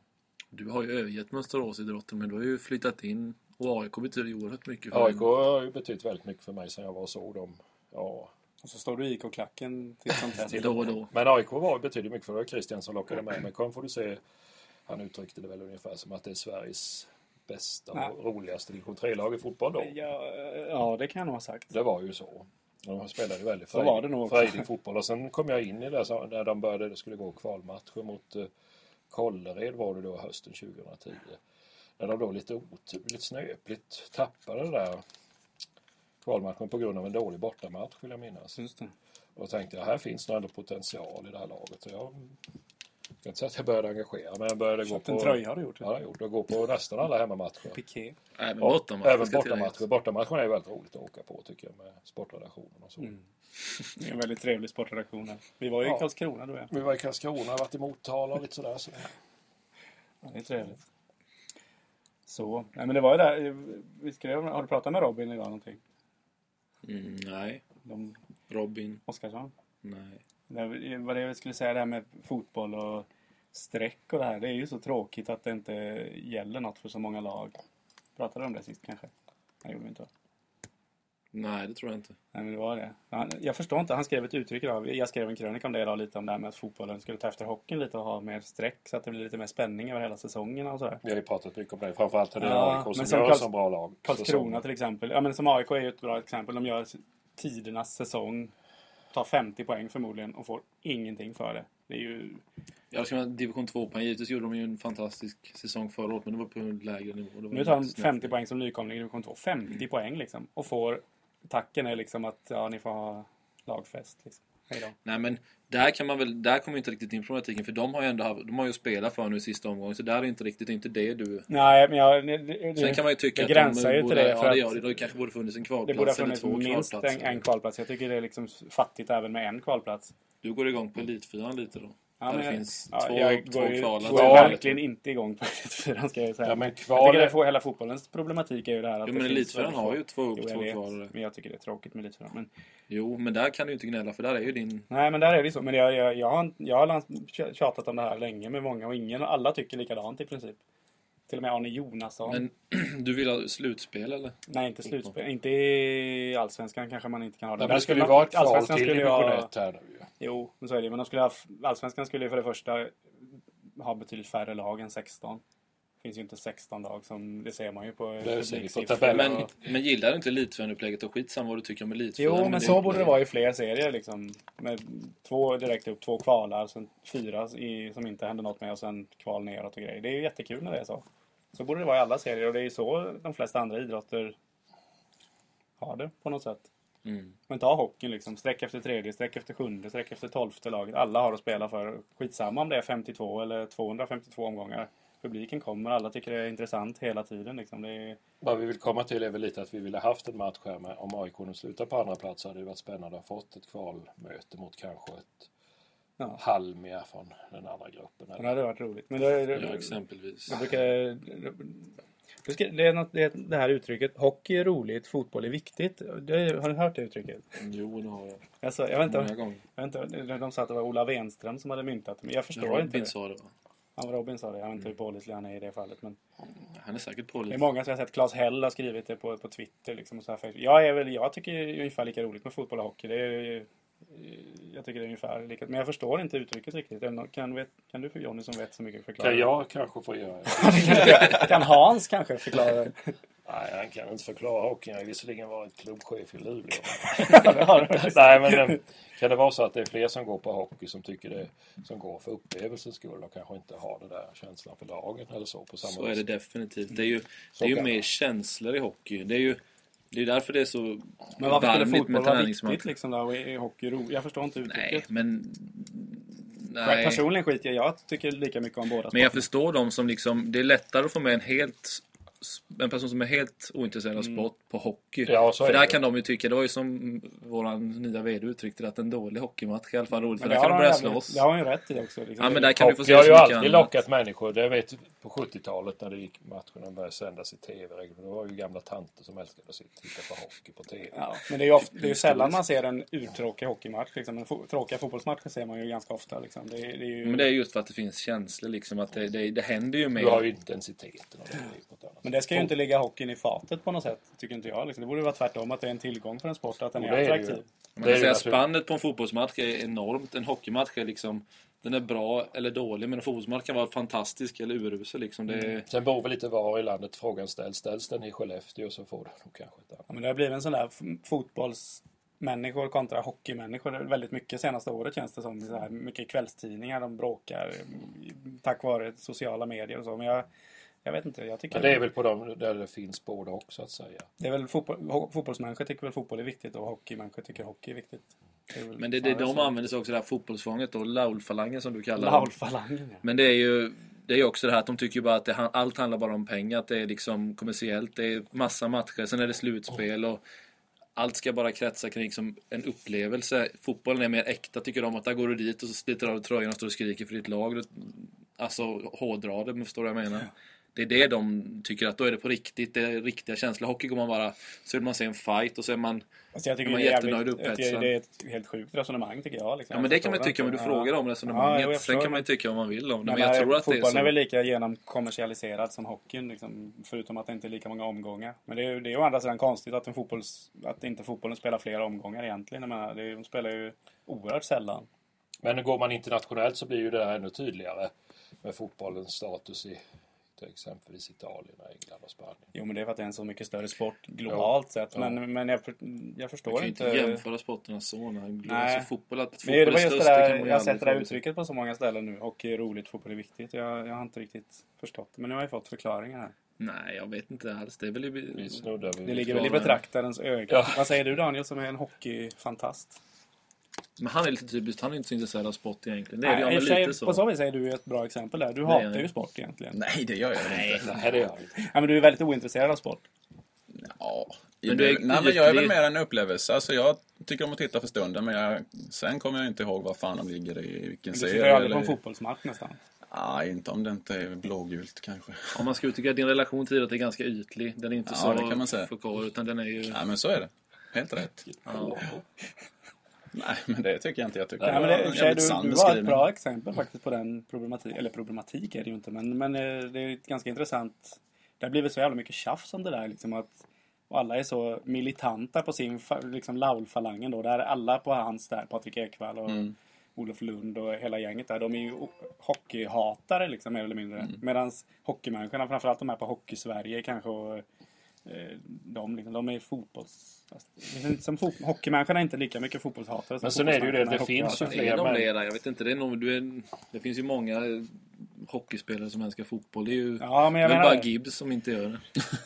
[SPEAKER 3] Du har ju övergett Mönsteråsidrotten men du har ju flyttat in och AIK betyder ju oerhört mycket för
[SPEAKER 5] AIK har ju betytt väldigt mycket för mig sedan jag var och såg dem. Ja.
[SPEAKER 4] Och så står du i IK-klacken till sånt här.
[SPEAKER 3] dig. Då och då.
[SPEAKER 5] Men AIK var betydde mycket för det var Christian som lockade med mig. Kom får du se. Han uttryckte det väl ungefär som att det är Sveriges bästa och roligaste division 3-lag i fotboll då.
[SPEAKER 4] Ja, eh, ja, det kan jag nog ha sagt.
[SPEAKER 5] Det var ju så. De spelade ju väldigt
[SPEAKER 4] Så var det nog också.
[SPEAKER 5] frejdig fotboll. Och sen kom jag in i det så- när de började, det skulle gå kvalmatcher mot eh, Kållered var det då hösten 2010. När de då lite oturligt, snöpligt tappade det där kvalmatchen på grund av en dålig bortamatch vill jag minnas.
[SPEAKER 4] Just det.
[SPEAKER 5] Och tänkte jag, här finns nog ändå potential i det här laget. Så jag jag kan inte säga att jag började engagera men jag började gå
[SPEAKER 4] Köpt
[SPEAKER 5] på...
[SPEAKER 4] en tröja har du gjort.
[SPEAKER 5] Ja, jag har gjort. Jag går på nästan alla hemmamatcher.
[SPEAKER 4] Piké.
[SPEAKER 3] Även
[SPEAKER 5] Ja,
[SPEAKER 3] bortamatcher.
[SPEAKER 5] Även
[SPEAKER 3] ska tilläggas.
[SPEAKER 5] bortamatcher. Bortamatcherna är väldigt roligt att åka på tycker jag med sportredaktionen och så.
[SPEAKER 4] Det är en väldigt trevlig sportredaktion här. Vi var ju i
[SPEAKER 5] Ja.
[SPEAKER 4] Karlskrona du och jag.
[SPEAKER 5] Vi var i Karlskrona, varit i Motala och lite sådär. Så.
[SPEAKER 4] Det är trevligt. Så, nej men det var ju där. eh, Vi skrev, har du pratat med Robin idag någonting?
[SPEAKER 3] Mm, nej.
[SPEAKER 4] De,
[SPEAKER 3] Robin,
[SPEAKER 4] Oskarsson?
[SPEAKER 3] nej.
[SPEAKER 4] Det var det jag skulle säga, det här med fotboll och streck och det här. Det är ju så tråkigt att det inte gäller något för så många lag. Pratade du om det sist kanske? Nej, gjorde vi inte. va?
[SPEAKER 3] Nej, det tror jag inte.
[SPEAKER 4] Nej, men det var det. Han, jag förstår inte, han skrev ett uttryck idag. Jag skrev en krönika om det idag, lite om det här med att fotbollen skulle ta efter hockeyn lite och ha mer streck så att det blir lite mer spänning över hela säsongerna och sådär.
[SPEAKER 5] Vi har ju pratat mycket om det. Framförallt när det
[SPEAKER 4] Ja,
[SPEAKER 5] är AIK
[SPEAKER 4] men
[SPEAKER 5] som
[SPEAKER 4] som
[SPEAKER 5] gör
[SPEAKER 4] Karls-
[SPEAKER 5] som bra lag.
[SPEAKER 4] Karlskrona
[SPEAKER 5] Säsongen.
[SPEAKER 4] till exempel. Ja, men som AIK är ju ett bra exempel. De gör tidernas säsong, tar 50 poäng förmodligen och får ingenting för det. Det är ju
[SPEAKER 3] Jag ska med division 2 poäng Givetvis gjorde de ju en fantastisk säsong förra året, men det var på en lägre nivå. Det var
[SPEAKER 4] Nu tar de
[SPEAKER 3] inte snett.
[SPEAKER 4] 50 poäng som nykomling i division 2. 50 poäng liksom. Och får... Tacken är liksom att ja, ni får ha lagfest. Liksom. Hej då.
[SPEAKER 3] Nej, men där kan man väl... Där kommer ju inte riktigt in i problematiken, för de har ju ändå haft, de har ju spelat för nu i sista omgången, så där är inte riktigt... Det är inte det du...
[SPEAKER 4] Nej, men jag... Det, det,
[SPEAKER 3] Sen kan man ju tycka
[SPEAKER 4] det
[SPEAKER 3] att
[SPEAKER 4] gränsar
[SPEAKER 3] de
[SPEAKER 4] ju till
[SPEAKER 3] borde...
[SPEAKER 4] det.
[SPEAKER 3] ja,
[SPEAKER 4] För
[SPEAKER 3] det gör det.
[SPEAKER 4] att
[SPEAKER 3] Det kanske borde funnits en
[SPEAKER 4] det borde ha
[SPEAKER 3] kvalplats eller
[SPEAKER 4] funnits
[SPEAKER 3] två
[SPEAKER 4] minst en,
[SPEAKER 3] kvalplatser.
[SPEAKER 4] en kvalplats. Jag tycker det är liksom fattigt även liksom med en kvalplats.
[SPEAKER 3] Du går igång på Elitfyran lite då?
[SPEAKER 4] Ja,
[SPEAKER 3] Där
[SPEAKER 4] men
[SPEAKER 3] det
[SPEAKER 4] jag-
[SPEAKER 3] finns
[SPEAKER 4] ja,
[SPEAKER 3] två,
[SPEAKER 4] jag
[SPEAKER 3] två
[SPEAKER 4] går ju-
[SPEAKER 3] kval.
[SPEAKER 4] går ju verkligen inte igång på Elitfyran ska jag ju säga.
[SPEAKER 5] Ja, men
[SPEAKER 4] jag tycker
[SPEAKER 5] kvalet...
[SPEAKER 4] att få hela fotbollens problematik är ju det här att
[SPEAKER 3] Jo, men
[SPEAKER 4] det finns
[SPEAKER 3] Elitfyran
[SPEAKER 4] väldigt få-
[SPEAKER 3] har ju två upp,
[SPEAKER 4] Jo, jag
[SPEAKER 3] två
[SPEAKER 4] vet,
[SPEAKER 3] kvar.
[SPEAKER 4] Men jag tycker det är tråkigt med Elitfyran. Men,
[SPEAKER 3] Jo, men där kan du ju inte gnälla för där är ju din...
[SPEAKER 4] nej, men där är det ju så. Men jag, jag, jag har, jag har lands- tjatat om det här länge med många och ingen och alla tycker likadant i princip. Till och med Arne Jonasson.
[SPEAKER 3] Men du vill ha slutspel eller?
[SPEAKER 4] Nej, inte slutspel. Inte i Allsvenskan kanske man inte kan ha det. Där
[SPEAKER 5] Nej, Mm. men det skulle ju
[SPEAKER 4] man-
[SPEAKER 5] vara ett kval
[SPEAKER 4] Allsvenskan
[SPEAKER 5] till
[SPEAKER 4] skulle ju ha-
[SPEAKER 5] division 1 här nu ju.
[SPEAKER 4] Jo, men så är det. Men de skulle ha, Allsvenskan skulle ju för det första ha betydligt färre lag än 16. Det finns ju inte 16 lag som, det ser man ju på
[SPEAKER 5] Det ser vi på
[SPEAKER 4] publiksiffror.
[SPEAKER 5] tabellen.
[SPEAKER 3] Men, men gillar du inte Elitfyran-upplägget och skitsamma vad du tycker om Elitfyran?
[SPEAKER 4] Jo, men så borde det vara i fler serier liksom. Med två direkt upp, två kvalar, sen fyra i, som inte händer något med och sen kval neråt och grejer. Det är ju jättekul när det är så. Så borde det vara i alla serier och det är ju så de flesta andra idrotter har det på något sätt.
[SPEAKER 3] Mm.
[SPEAKER 4] Men ta hockeyn liksom. Streck efter tredje, streck efter sjunde, streck efter tolfte laget. Alla har att spela för. Skitsamma om det är 52 eller 252 omgångar. Publiken kommer, alla tycker det är intressant hela tiden. Liksom. Det är,
[SPEAKER 5] Vad vi vill komma till är väl lite att vi ville haft en match här med om AIK nu slutar på andra plats hade det varit spännande att ha fått ett kvalmöte mot kanske ett
[SPEAKER 4] Ja.
[SPEAKER 5] Halmia från den andra gruppen.
[SPEAKER 4] det
[SPEAKER 5] Eller?
[SPEAKER 4] hade varit roligt. Men det, det,
[SPEAKER 3] Ja, exempelvis.
[SPEAKER 4] Jag brukar... Jag ska- Det, är något, det, är det här uttrycket, hockey är roligt, fotboll är viktigt. Det, har ni hört det uttrycket?
[SPEAKER 3] Jo, det har jag.
[SPEAKER 4] Alltså, jag vet
[SPEAKER 3] Många
[SPEAKER 4] inte,
[SPEAKER 3] gånger.
[SPEAKER 4] jag vet inte, de- de sa att det var Ola Wenström som hade myntat det, men jag förstår inte
[SPEAKER 3] Robin
[SPEAKER 4] det.
[SPEAKER 3] sa det va?
[SPEAKER 4] Ja, men Robin sa det, jag vet inte hur pålitlig han är i det fallet. Men
[SPEAKER 3] Han är säkert
[SPEAKER 4] det är
[SPEAKER 3] pålitlig.
[SPEAKER 4] många som jag har sett, Claes Hell har skrivit det på, på Twitter. Liksom, och så här. Jag, är väl, jag tycker ju ungefär lika roligt med fotboll och hockey. Det är, jag tycker det är ungefär lika, men jag förstår inte uttrycket riktigt. Är det någon- Kan, vet, kan du för Johnny som vet så mycket förklara?
[SPEAKER 5] Kan jag kanske få göra det?
[SPEAKER 4] jag? kan Hans kanske förklara det?
[SPEAKER 5] Nej, han kan inte förklara hockeyn. Jag har visserligen varit klubbchef i Luleå.
[SPEAKER 4] Det har du.
[SPEAKER 5] Nej, men eh, kan det vara så att det är fler som går på hockey som tycker det som går för upplevelsens skull och kanske inte har den där känslan för laget eller så på samma
[SPEAKER 3] Så är
[SPEAKER 5] vis?
[SPEAKER 3] det definitivt. Det är
[SPEAKER 4] Mm.
[SPEAKER 3] ju, det är ju
[SPEAKER 5] kan
[SPEAKER 3] mer
[SPEAKER 5] det.
[SPEAKER 3] känslor i hockey. Det är ju det är därför det är så
[SPEAKER 4] Men varför skulle
[SPEAKER 3] erbarmligt
[SPEAKER 4] fotboll vara
[SPEAKER 3] träningsmatcher.
[SPEAKER 4] viktigt liksom då? Och är hockey ro? Jag förstår inte
[SPEAKER 3] Nej,
[SPEAKER 4] uttrycket.
[SPEAKER 3] men...
[SPEAKER 4] Nej.
[SPEAKER 3] Nej.
[SPEAKER 4] Personligen skiter jag Jag tycker lika mycket om båda.
[SPEAKER 3] Men jag förstår de som liksom... Det är lättare att få med en helt... En person som är helt ointresserad av sport på hockey.
[SPEAKER 5] Ja, så
[SPEAKER 3] för
[SPEAKER 5] är
[SPEAKER 3] där
[SPEAKER 5] det.
[SPEAKER 3] kan de ju tycka, det var ju som våran nya VD uttryckte det, att en dålig hockeymatch är i alla fall roligt. För
[SPEAKER 4] Men
[SPEAKER 3] där kan de börja
[SPEAKER 4] jävligt-
[SPEAKER 3] slåss.
[SPEAKER 4] det har han ju rätt i också. Liksom.
[SPEAKER 3] Ja, men där kan du få
[SPEAKER 5] Hockey
[SPEAKER 3] se
[SPEAKER 5] har ju
[SPEAKER 3] så mycket
[SPEAKER 5] alltid
[SPEAKER 3] annat.
[SPEAKER 5] lockat människor. Det vet på 70-talet när det gick matcherna började sändas i TV. regelbundet. Det var ju gamla tanter som älskade att sitta och titta på hockey på TV.
[SPEAKER 4] Ja, men det är ju, ofta, det är ju sällan man ser en urtråkig hockeymatch. Liksom. En fo- tråkiga fotbollsmatcher ser man ju ganska ofta. Liksom. Det, är- det är ju...
[SPEAKER 3] Men det är just för att det finns känslor liksom. Att det, det, det händer ju mer.
[SPEAKER 5] Du har ju intensiteten och det är ju på ett annat
[SPEAKER 4] Men
[SPEAKER 5] sätt.
[SPEAKER 4] det ska ju inte ligga hockeyn i fatet på något sätt, tycker inte jag. Liksom. Det borde vara tvärtom, att det är en tillgång för en sport, att den
[SPEAKER 5] Jo,
[SPEAKER 4] är
[SPEAKER 5] det är det ju.
[SPEAKER 4] attraktiv.
[SPEAKER 3] Man
[SPEAKER 5] Det är
[SPEAKER 3] kan
[SPEAKER 5] ju
[SPEAKER 3] säga att
[SPEAKER 5] naturligt.
[SPEAKER 3] spannet på en fotbollsmatch är enormt. En hockeymatch är liksom... Den är bra eller dålig, men en fotbollsmatch kan vara fantastisk eller urusel liksom. Det är,
[SPEAKER 5] Mm. Sen beror väl lite var i landet frågan ställs. Ställs den i Skellefteå så får den nog kanske ett annat.
[SPEAKER 4] Ja, men det har blivit en sån där f- fotbollsmänniskor kontra hockeymänniskor Det är väldigt mycket senaste året känns det som. Så här, mycket kvällstidningar, de bråkar mm, tack vare sociala medier och så. Men jag, jag vet inte, jag tycker...
[SPEAKER 5] Men det är väl på dem där det finns både och så att säga.
[SPEAKER 4] det är väl fotboll, ho, fotbollsmänniskor tycker väl fotboll är viktigt och hockeymänniskor tycker hockey är viktigt. Det är väl
[SPEAKER 3] Men det, det, de
[SPEAKER 4] snarare så.
[SPEAKER 3] använder sig också det här fotbollsfånget och laulfalangen som du kallar dem.
[SPEAKER 4] Laulfalangen, ja.
[SPEAKER 3] Men det är ju det är ju också det här att de tycker ju bara att det, han- allt handlar bara om pengar. Att det är liksom kommersiellt. Det är massa matcher, sen är det slutspel och allt ska bara kretsa kring liksom en upplevelse. Fotbollen är mer äkta tycker de. Att där går du dit och så sliter du av dig tröjan och står och skriker för ditt lag. Alltså hårdrar det, men förstår du vad jag menar? Det är det de tycker att då är det på riktigt. Det är riktiga känslor. Hockey går man bara... Så vill man se en fight och så är man...
[SPEAKER 4] Alltså jag tycker
[SPEAKER 3] De
[SPEAKER 4] det
[SPEAKER 3] är
[SPEAKER 4] är,
[SPEAKER 3] jättenöjd
[SPEAKER 4] jävligt,
[SPEAKER 3] och
[SPEAKER 4] det,
[SPEAKER 3] upphetsade.
[SPEAKER 4] det är ett helt sjukt resonemang tycker jag. Liksom.
[SPEAKER 3] Ja men det kan man ju tycka, men du frågar om
[SPEAKER 4] Ja,
[SPEAKER 3] resonemanget.
[SPEAKER 4] jo, jag
[SPEAKER 3] Sen
[SPEAKER 4] förstår
[SPEAKER 3] kan man ju
[SPEAKER 4] det.
[SPEAKER 3] tycka vad man vill om det.
[SPEAKER 4] Men
[SPEAKER 3] Men jag tror att det är
[SPEAKER 4] fotbollen är väl
[SPEAKER 3] så.
[SPEAKER 4] lika genomkommersialiserad som hockeyn. Liksom, förutom att det inte är lika många omgångar. Men det är, ju- det är å andra sidan konstigt att, en fotbolls, att inte fotbollen spelar fler omgångar egentligen. Jag menar, det är, de spelar ju oerhört sällan.
[SPEAKER 5] Men går man internationellt så blir ju det där ännu tydligare med fotbollens status i till exempelvis Italien, England och Spanien.
[SPEAKER 4] Jo men det är för att det är en så mycket större sport globalt sett. Men, men jag, för, jag
[SPEAKER 3] Man
[SPEAKER 4] förstår
[SPEAKER 3] kan ju inte
[SPEAKER 4] inte...
[SPEAKER 3] jämföra sporterna så. Nej.
[SPEAKER 4] Nej.
[SPEAKER 3] Alltså, fotboll, att
[SPEAKER 4] Men det
[SPEAKER 3] fotboll
[SPEAKER 4] var
[SPEAKER 3] är
[SPEAKER 4] just det
[SPEAKER 3] störst, det kan
[SPEAKER 4] där,
[SPEAKER 3] man ju
[SPEAKER 4] jag har sett
[SPEAKER 3] aldrig
[SPEAKER 4] det där
[SPEAKER 3] fråga sig.
[SPEAKER 4] uttrycket på så många ställen nu. Hockey är roligt, fotboll är viktigt. Jag, jag har inte riktigt förstått det. Men nu har jag fått förklaringar här.
[SPEAKER 3] Nej, jag vet inte alls. Det är väl...
[SPEAKER 5] Vi snuddar vid
[SPEAKER 4] Mm. Det ligger väl i
[SPEAKER 3] klara.
[SPEAKER 4] betraktarens öga.
[SPEAKER 5] Ja.
[SPEAKER 4] Vad säger du Daniel som är en hockeyfantast?
[SPEAKER 3] Men han är lite typiskt. Han är inte så intresserad av sport egentligen. Det är
[SPEAKER 4] Nej,
[SPEAKER 3] ju
[SPEAKER 4] i
[SPEAKER 3] han
[SPEAKER 4] och för
[SPEAKER 3] väl
[SPEAKER 4] sig,
[SPEAKER 3] lite så.
[SPEAKER 4] På så vis är du ett bra exempel där. Du
[SPEAKER 3] jag
[SPEAKER 4] hatar
[SPEAKER 3] är.
[SPEAKER 4] ju sport egentligen.
[SPEAKER 2] Nej, det gör jag inte.
[SPEAKER 5] Nej, det gör jag inte.
[SPEAKER 4] Ja, men du är väldigt ointresserad av sport.
[SPEAKER 2] Ja.
[SPEAKER 3] Men du är-
[SPEAKER 2] Nej, men jag är väl
[SPEAKER 3] du-
[SPEAKER 2] mer en upplevelse. Alltså, jag tycker om att titta för stunden, men jag, sen kommer jag inte ihåg vad fan de ligger i, vilken
[SPEAKER 4] Du
[SPEAKER 2] serie.
[SPEAKER 4] sitter ju aldrig på en
[SPEAKER 2] eller-
[SPEAKER 4] fotbollsmatch nästan.
[SPEAKER 2] Nej, inte om det inte är blågult kanske.
[SPEAKER 3] Om man ska uttrycka din relation till idrott är ganska ytlig. Den är inte
[SPEAKER 2] Ja,
[SPEAKER 3] så
[SPEAKER 2] det kan man säga.
[SPEAKER 3] förkår, utan den är ju...
[SPEAKER 2] Nej, men så är det. Helt rätt.
[SPEAKER 3] Ja.
[SPEAKER 2] Nej, men det tycker jag inte. Jag tycker
[SPEAKER 4] Nej, men
[SPEAKER 2] var
[SPEAKER 4] det,
[SPEAKER 2] en
[SPEAKER 4] i och för sig,
[SPEAKER 2] jävligt
[SPEAKER 4] du,
[SPEAKER 2] sann
[SPEAKER 4] du var ett
[SPEAKER 2] beskrivning.
[SPEAKER 4] bra exempel faktiskt på den problematik, eller problematik är det ju inte, men, men eh, det är ju ett ganska intressant. Det har blivit så jävla mycket tjafs om det där liksom att och alla är så militanta på sin fa- liksom laulfalangen då. Där är alla på hans där, Patrik Ekwall och Olof Lund och hela gänget där. De är ju o- hockeyhatare liksom mer eller mindre.
[SPEAKER 5] Mm.
[SPEAKER 4] Medan hockeymänniskorna, framförallt de här på Hockeysverige kanske och eh, de, liksom, de är fotbolls... fast det är inte Som fot- hockeymänniskorna är inte lika mycket fotbollshatare som
[SPEAKER 5] Men sen är det ju det att det
[SPEAKER 4] fotbollsmänniskorna är
[SPEAKER 5] finns ju
[SPEAKER 4] hockeyhatare.
[SPEAKER 3] Är de det där? Jag vet inte. Det, är nog, du är, det finns ju många eh, hockeyspelare som älskar fotboll. Det är ju
[SPEAKER 4] Ja, men
[SPEAKER 3] det är
[SPEAKER 4] jag
[SPEAKER 3] väl
[SPEAKER 4] menar
[SPEAKER 3] bara
[SPEAKER 4] det.
[SPEAKER 3] Gibbs som inte gör det.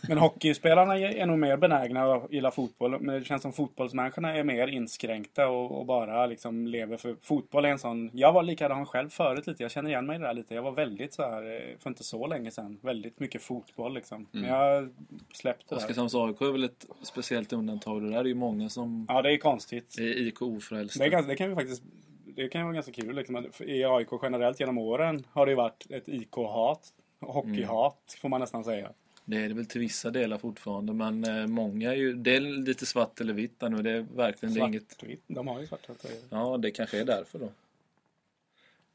[SPEAKER 4] Men hockeyspelarna är nog mer benägna att gilla fotboll. Men det känns som fotbollsmänniskorna är mer inskränkta och, och bara liksom lever för fotboll är en sån... Jag var likadan själv förut lite. Jag känner igen mig i det där lite. Jag var väldigt så här eh, för inte så länge sedan. Väldigt mycket fotboll liksom. Men
[SPEAKER 3] Mm.
[SPEAKER 4] jag släppte det. Där.
[SPEAKER 3] Oskarshamns AIK är väl ett speciellt undantag. Det där är ju många som
[SPEAKER 4] Ja, det är konstigt.
[SPEAKER 3] är IK ofrälsta.
[SPEAKER 4] Det, är ganska, det kan ju faktiskt... Det kan ju vara ganska kul liksom. att I AIK generellt genom åren har det ju varit ett IK-hat. Hockeyhat
[SPEAKER 3] Mm.
[SPEAKER 4] får man nästan säga.
[SPEAKER 3] Det är det väl till vissa delar fortfarande, men eh, många är ju... Det är lite svart eller vitt där nu. Det är verkligen det är inget...
[SPEAKER 4] Svartvitt. De har ju svartvitt. så är det.
[SPEAKER 3] Ja, det kanske är därför då.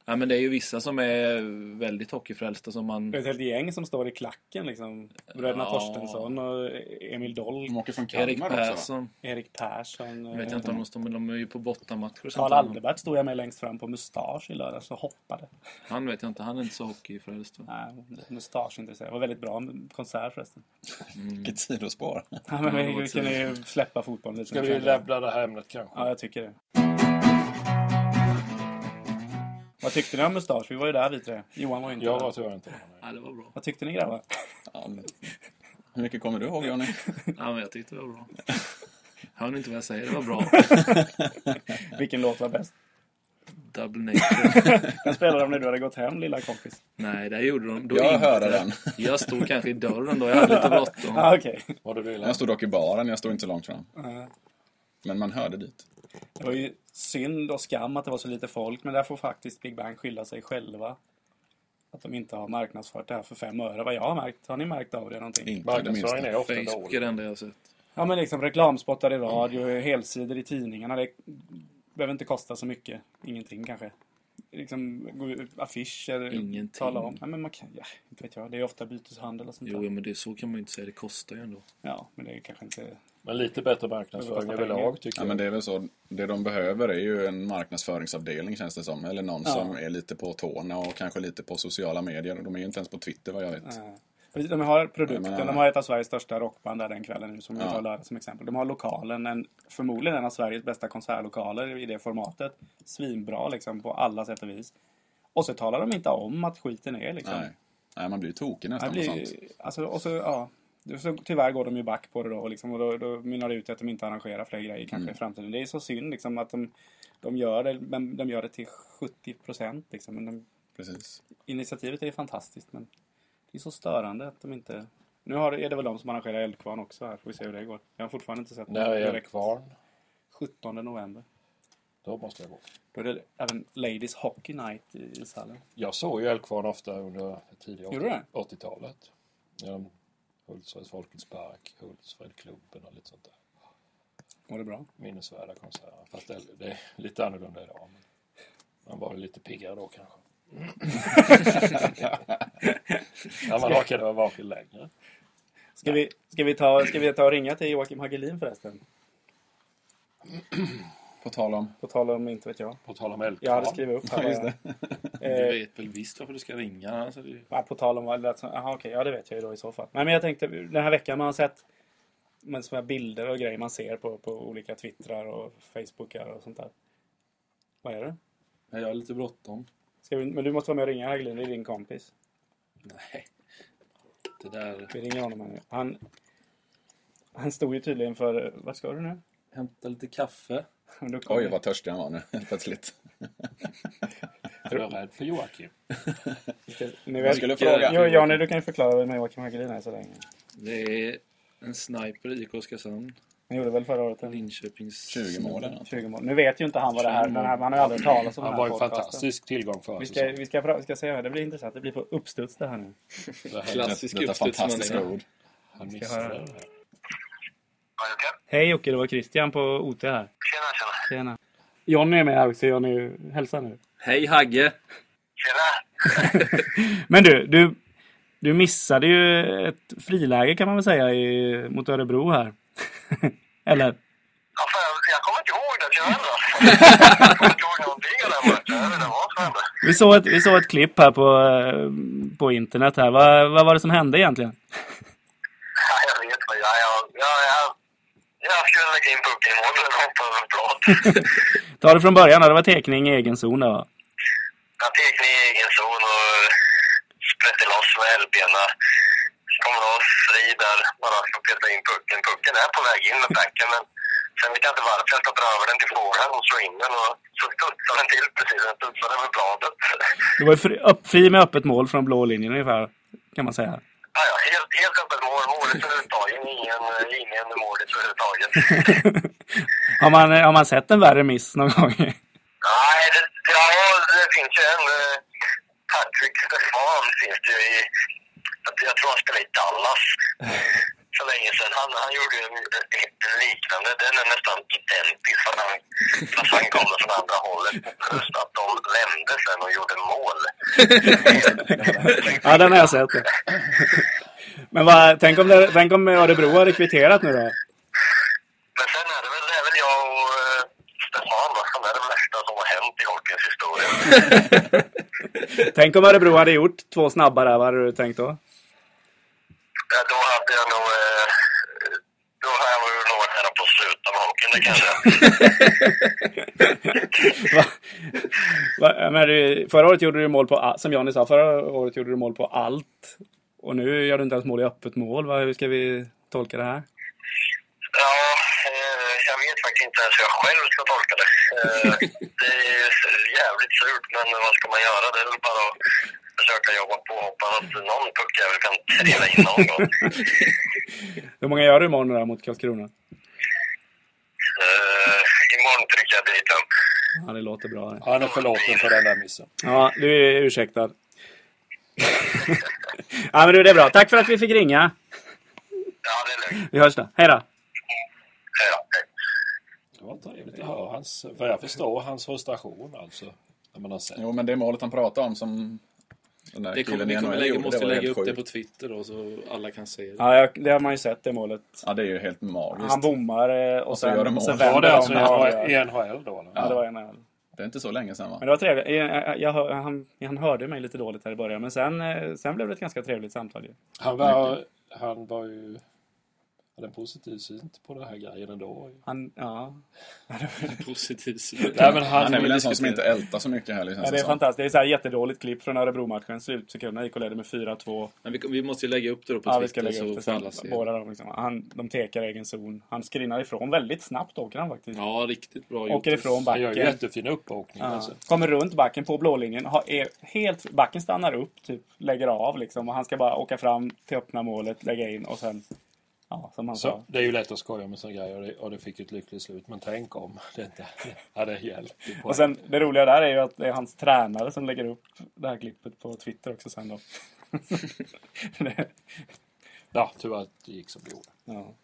[SPEAKER 3] Ja, men det är ju vissa som är väldigt hockeyfrälsta som man...
[SPEAKER 4] Det är ett helt gäng som står i klacken liksom. Bröderna
[SPEAKER 3] Ja.
[SPEAKER 4] Torstensson och Emil Dolk,
[SPEAKER 2] De åker från Kalmar
[SPEAKER 3] Erik
[SPEAKER 2] också. va?
[SPEAKER 3] Persson.
[SPEAKER 4] Erik Persson.
[SPEAKER 3] Jag vet
[SPEAKER 4] eh,
[SPEAKER 3] inte om de står, men de är ju på bortamatcher. och sånt
[SPEAKER 4] Karl
[SPEAKER 3] där.
[SPEAKER 4] Alderbert stod jag med längst fram på mustasch i lördags och hoppade.
[SPEAKER 3] Han vet jag inte, han är inte så hockeyfrälst. va?
[SPEAKER 4] Nej, mustaschintresserad. Det var väldigt bra konsert förresten.
[SPEAKER 2] Vilket sidospår.
[SPEAKER 4] Ja, men vi,
[SPEAKER 3] det var
[SPEAKER 4] vi kunde ju släppa fotbollen lite.
[SPEAKER 5] Ska vi lämna det här ämnet kanske?
[SPEAKER 4] Ja, jag tycker det. Vad tyckte ni om mustasch? Vi var ju där vi tre. Johan var ju inte
[SPEAKER 5] Jag
[SPEAKER 4] där.
[SPEAKER 5] var tror jag inte.
[SPEAKER 3] Ja, det var bra.
[SPEAKER 4] Vad tyckte ni grabbar?
[SPEAKER 2] Ja, men... Hur mycket kommer du ihåg, Johnny?
[SPEAKER 3] Ja, men jag tyckte det var bra. Hör ni inte vad jag säger? Det var bra.
[SPEAKER 4] Vilken låt var bäst?
[SPEAKER 3] Double nature.
[SPEAKER 4] Den spelade de när du hade gått hem lilla kompis.
[SPEAKER 3] Nej, det gjorde de då
[SPEAKER 2] Jag
[SPEAKER 3] inte.
[SPEAKER 2] hörde den.
[SPEAKER 3] Jag stod kanske i dörren då. Jag hade lite bråttom.
[SPEAKER 4] Ah, okej.
[SPEAKER 5] Var det du Lasse?
[SPEAKER 2] Jag stod dock i baren, jag stod inte så långt fram. Men man hörde dit.
[SPEAKER 4] Det var ju synd och skam att det var så lite folk, men där får faktiskt Big Bang skylla sig själva. Att de inte har marknadsfört det här för fem öre, vad jag har märkt. Har ni märkt av det någonting?
[SPEAKER 2] Inte det
[SPEAKER 5] Marknadsföringen
[SPEAKER 2] minsta.
[SPEAKER 5] är ofta
[SPEAKER 3] Facebook är
[SPEAKER 5] dålig.
[SPEAKER 3] det enda jag har sett.
[SPEAKER 4] Ja, men liksom reklamspottar i radio, helsidor i tidningarna. Det behöver inte kosta så mycket. Ingenting kanske. Liksom gå ut- affischer,
[SPEAKER 3] Ingenting.
[SPEAKER 4] tala om. Ja, men man kan, ja, inte vet jag. Det är ofta byteshandel och sånt
[SPEAKER 3] Jo,
[SPEAKER 4] där.
[SPEAKER 3] men det, så kan man ju inte säga. Det kostar ju ändå.
[SPEAKER 4] Ja, men det är kanske inte...
[SPEAKER 5] Men lite bättre marknadsföring
[SPEAKER 4] Det kostar pengar.
[SPEAKER 5] överlag tycker
[SPEAKER 2] Ja,
[SPEAKER 5] jag.
[SPEAKER 2] men det är väl så. Det de behöver är ju en marknadsföringsavdelning känns det som. Eller någon
[SPEAKER 4] Ja.
[SPEAKER 2] som är lite på tårna och kanske lite på sociala medier. De är ju inte ens på Twitter vad jag vet.
[SPEAKER 4] Nej. Precis, De har produkten,
[SPEAKER 2] Jag menar-
[SPEAKER 4] de har ett av Sveriges största rockband där den kvällen nu som vi
[SPEAKER 2] Ja.
[SPEAKER 4] tar lördag som exempel. De har lokalen, en, förmodligen en av Sveriges bästa konsertlokaler i det formatet. Svinbra liksom på alla sätt och vis. Och så talar de inte om att skiten är liksom.
[SPEAKER 2] Nej. Nej, man blir ju tokig nästan
[SPEAKER 4] Det
[SPEAKER 2] på
[SPEAKER 4] blir,
[SPEAKER 2] sånt.
[SPEAKER 4] alltså, och så, ja. Så, tyvärr går de ju back på det då, och liksom, och då, då mynnar det ut i att de inte arrangerar fler grejer kanske
[SPEAKER 2] Mm.
[SPEAKER 4] i framtiden. Det är så synd liksom, att de, de gör det, men de gör det till 70 procent. Liksom, men de,
[SPEAKER 2] Precis.
[SPEAKER 4] initiativet är ju fantastiskt men det är så störande att de inte... Nu har, är det väl de som arrangerar Eldkvarn också här, får vi se hur det går. Jag har fortfarande inte sett
[SPEAKER 5] När
[SPEAKER 4] någon
[SPEAKER 5] är
[SPEAKER 4] direkt.
[SPEAKER 5] Kvarn?
[SPEAKER 4] 17 november.
[SPEAKER 5] Då måste jag gå.
[SPEAKER 4] Då är det även Ladies Hockey Night i, i Sallen.
[SPEAKER 5] Jag såg ju Älvkvarn ofta under det tidiga
[SPEAKER 4] Gjorde du det?
[SPEAKER 5] 80-talet. Genom Hultsfreds Folkets Park, Hultsfredklubben och lite sånt där.
[SPEAKER 4] Var det bra?
[SPEAKER 5] Minnesvärda konserter. Fast det, det är lite annorlunda idag. Men man var lite piggare då kanske. ja, man orkade vara vaken längre.
[SPEAKER 4] Ska vi, ska vi, ta, ska vi ta och ringa till Joakim Hagelin förresten?
[SPEAKER 2] På tal om...
[SPEAKER 4] På tal om inte vet jag.
[SPEAKER 5] På tal om
[SPEAKER 4] Jag
[SPEAKER 5] Älvkvarn.
[SPEAKER 4] hade skrivit upp här.
[SPEAKER 2] Ja, just
[SPEAKER 4] bara.
[SPEAKER 2] det.
[SPEAKER 3] Du
[SPEAKER 4] Eh,
[SPEAKER 3] vet väl visst varför du ska ringa? Alltså, det...
[SPEAKER 4] Ja, på tal om vad det lät som... Jaha, okej. Ja, det vet jag ju då i så fall. Nej, men jag tänkte den här veckan man har sett men som är bilder och grejer man ser på, på olika twittrar och facebookar och sånt där. Vad är det?
[SPEAKER 3] Jag har lite bråttom.
[SPEAKER 4] Ska vi, men du måste vara med och ringa Hagelin. Det är din kompis.
[SPEAKER 3] Nej. Det där...
[SPEAKER 4] Vi ringer honom här nu. Han, han stod ju tydligen för... Vad ska du nu?
[SPEAKER 3] Hämta lite kaffe.
[SPEAKER 4] Då kom
[SPEAKER 2] Oj,
[SPEAKER 4] det.
[SPEAKER 2] vad törstig han var nu helt plötsligt.
[SPEAKER 5] Jag var rädd för Joakim.
[SPEAKER 4] Ni
[SPEAKER 2] Jag
[SPEAKER 4] vet,
[SPEAKER 2] skulle fråga.
[SPEAKER 4] jo, Johnny, du kan ju förklara vem Joakim Hagelin är så länge.
[SPEAKER 3] Det är En sniper i IK Oskarshamn.
[SPEAKER 4] Han gjorde väl förra året en
[SPEAKER 3] Linköpings...
[SPEAKER 2] 20 mål eller något.
[SPEAKER 4] 20 mål. Nu vet ju inte han vad det här men han har ju aldrig talat om
[SPEAKER 5] Han
[SPEAKER 4] den
[SPEAKER 5] var
[SPEAKER 4] här
[SPEAKER 5] ju en
[SPEAKER 4] podcasten.
[SPEAKER 5] fantastisk tillgång för
[SPEAKER 4] Vi
[SPEAKER 5] oss.
[SPEAKER 4] ska, vi ska, pra- vi ska se, det blir intressant. Det blir på uppstuds det här nu.
[SPEAKER 5] Det här-
[SPEAKER 3] Klassisk
[SPEAKER 2] Detta
[SPEAKER 3] uppstuds som man
[SPEAKER 2] fantastiska
[SPEAKER 3] lägger.
[SPEAKER 2] ord.
[SPEAKER 5] Han missade
[SPEAKER 4] höra.
[SPEAKER 5] det.
[SPEAKER 4] Hej Jocke, det var Christian på OT här. Tjena, tjena. tjena. Johnny är med här också. Johnny, hälsa nu.
[SPEAKER 3] Hej Hagge!
[SPEAKER 4] Men du, du, du missade ju ett friläge kan man väl säga i, mot Örebro här. Eller?
[SPEAKER 6] Ja, fan, jag kommer inte ihåg det till varandra. Jag kommer inte ihåg någonting av den matchen. Jag vet inte vad som hände.
[SPEAKER 4] Vi såg ett, vi såg ett klipp här på, eh, på internet här. Vad, vad var det som hände egentligen?
[SPEAKER 6] Ja, jag vet inte. Jag, jag, jag, jag, jag skulle lägga in pucken i mål och hoppas det var bra.
[SPEAKER 4] Ta det från början. Det var tekning i egen zon där va?
[SPEAKER 6] Jag teg ner i egen zon och sprätte loss med hälbena. Så kommer jag fri där, bara ska peta in pucken. Pucken är på väg in med backen, men sen vet jag inte varför jag stoppar över den till forehand och slår in den. Och så studsar den till precis. Den studsar över bladet.
[SPEAKER 4] Det var ju fri, upp, fri med öppet mål från blå linjen ungefär. Kan man säga.
[SPEAKER 6] Ja, ja, helt, helt öppet mål. Målet är uttagen. Ingen, ingen målet överhuvudtaget.
[SPEAKER 4] har, man, eh, har man sett en värre miss någon gång?
[SPEAKER 6] Nej, det, ja, det finns ju en. eh, Patrick Stefan finns det ju i... att Jag tror han spelade i Dallas för länge sedan. Han, han gjorde ju en, en liknande. Den är nästan identisk för han, fast han kommer från andra hållet. Just att de vände sen och gjorde mål.
[SPEAKER 4] ja, den har jag sett. Men vad, tänk, om det, tänk om Örebro hade kvitterat nu då?
[SPEAKER 6] Men sen är det väl, det är väl jag och eh, Stefan, va, som är det värsta som har hänt i hockeyns historia.
[SPEAKER 4] Tänk om Örebro hade gjort två snabba där, vad hade du tänkt då?
[SPEAKER 6] Ja, då hade jag nog... Eh, då hade jag nog varit nära på att sluta med hockeyn, det kanske.
[SPEAKER 4] Va? Va? jag menar, du- förra året gjorde du mål på, a- som Johnny sa, förra året gjorde du mål på allt. Och nu gör du inte ens mål i öppet mål. Va? Hur ska vi tolka det här?
[SPEAKER 6] Ja, eh, jag vet faktiskt inte ens hur jag själv ska tolka det. Eh, det är ju s- jävligt surt, men vad ska man göra? Det är väl bara att försöka jobba på och hoppas att någon puckjävel kan trilla in någon gång.
[SPEAKER 4] Hur många gör du imorgon då mot Karlskrona?
[SPEAKER 6] Eh, imorgon trycker jag dit den.
[SPEAKER 4] Ja, det låter bra. det.
[SPEAKER 5] Han är förlåten för den där missen.
[SPEAKER 4] Ja, du är ursäktad. ja, men du, det är bra. Tack för att vi fick ringa.
[SPEAKER 6] Ja, det är lugnt.
[SPEAKER 4] Vi hörs då. Hej då!
[SPEAKER 6] Hej då. Hej.
[SPEAKER 5] Det var trevligt att höra hans, vad jag förstår, hans frustration alltså. När man har sett.
[SPEAKER 2] Jo, men det målet han pratade om som den där
[SPEAKER 3] Det kommer,
[SPEAKER 2] killen
[SPEAKER 3] vi
[SPEAKER 2] i
[SPEAKER 3] kommer
[SPEAKER 2] NHL
[SPEAKER 3] lägga,
[SPEAKER 2] gjorde,
[SPEAKER 3] måste
[SPEAKER 2] det var
[SPEAKER 3] lägga
[SPEAKER 2] helt
[SPEAKER 3] upp det
[SPEAKER 2] sjukt.
[SPEAKER 3] på Twitter då så alla kan se det.
[SPEAKER 4] Ja, jag, det har man ju sett, det målet.
[SPEAKER 2] Ja, det är ju helt magiskt.
[SPEAKER 4] Han bommar eh, och
[SPEAKER 2] så gör de
[SPEAKER 4] sen,
[SPEAKER 2] mål.
[SPEAKER 4] sen
[SPEAKER 5] Var
[SPEAKER 4] vänder
[SPEAKER 5] det alltså
[SPEAKER 4] de. Ja,
[SPEAKER 5] i NHL då? Eller?
[SPEAKER 4] ja, det var en öl.
[SPEAKER 2] Det är inte så länge sedan va?
[SPEAKER 4] Men det var trevligt. Eh, Jag, jag, hör- han, han hörde mig lite dåligt här i början, men sen, eh, sen blev det ett ganska trevligt samtal. Ju.
[SPEAKER 5] Han var, han var ju... Hade en positiv syn på den här grejen ändå.
[SPEAKER 4] Han, ja.
[SPEAKER 3] Positivt.
[SPEAKER 5] Nej, men
[SPEAKER 2] Han,
[SPEAKER 5] han,
[SPEAKER 2] är väl en sån som inte ältar så mycket heller känns
[SPEAKER 4] Ja, det är
[SPEAKER 2] som.
[SPEAKER 4] fantastiskt. Det är så här jättedåligt klipp från Örebro-matchen. Slutsekunderna gick och ledde med 4-2.
[SPEAKER 3] Men vi, vi måste ju lägga upp det då på
[SPEAKER 4] Ja, vi ska
[SPEAKER 3] Twitter
[SPEAKER 4] lägga upp
[SPEAKER 3] så
[SPEAKER 4] det
[SPEAKER 3] får alla se.
[SPEAKER 4] sen. Båda de, liksom. han, de tekar i egen zon. Han skrinnar ifrån väldigt snabbt, åker han faktiskt.
[SPEAKER 3] Ja, riktigt bra gjort.
[SPEAKER 4] åker ifrån
[SPEAKER 5] Han gör ju
[SPEAKER 4] backen.
[SPEAKER 5] jättefina uppåkningar.
[SPEAKER 4] Ja.
[SPEAKER 5] Alltså.
[SPEAKER 4] Kommer runt backen på blålinjen. Har, är helt, backen stannar upp, typ, lägger av liksom. Och han ska bara åka fram till öppna målet, lägga in och sen... Ja, som han
[SPEAKER 5] Så
[SPEAKER 4] sa.
[SPEAKER 5] det är ju lätt att skoja med sån grejer och det, och det fick ett lyckligt slut. Men tänk om det inte hade hjälpt. i poäng.
[SPEAKER 4] Och
[SPEAKER 2] Alltså-
[SPEAKER 4] sen, det roliga där är ju att det är hans tränare som lägger upp det här klippet på Twitter också sen då. Det-
[SPEAKER 5] Ja, tur att det gick som det gjorde.
[SPEAKER 4] ja.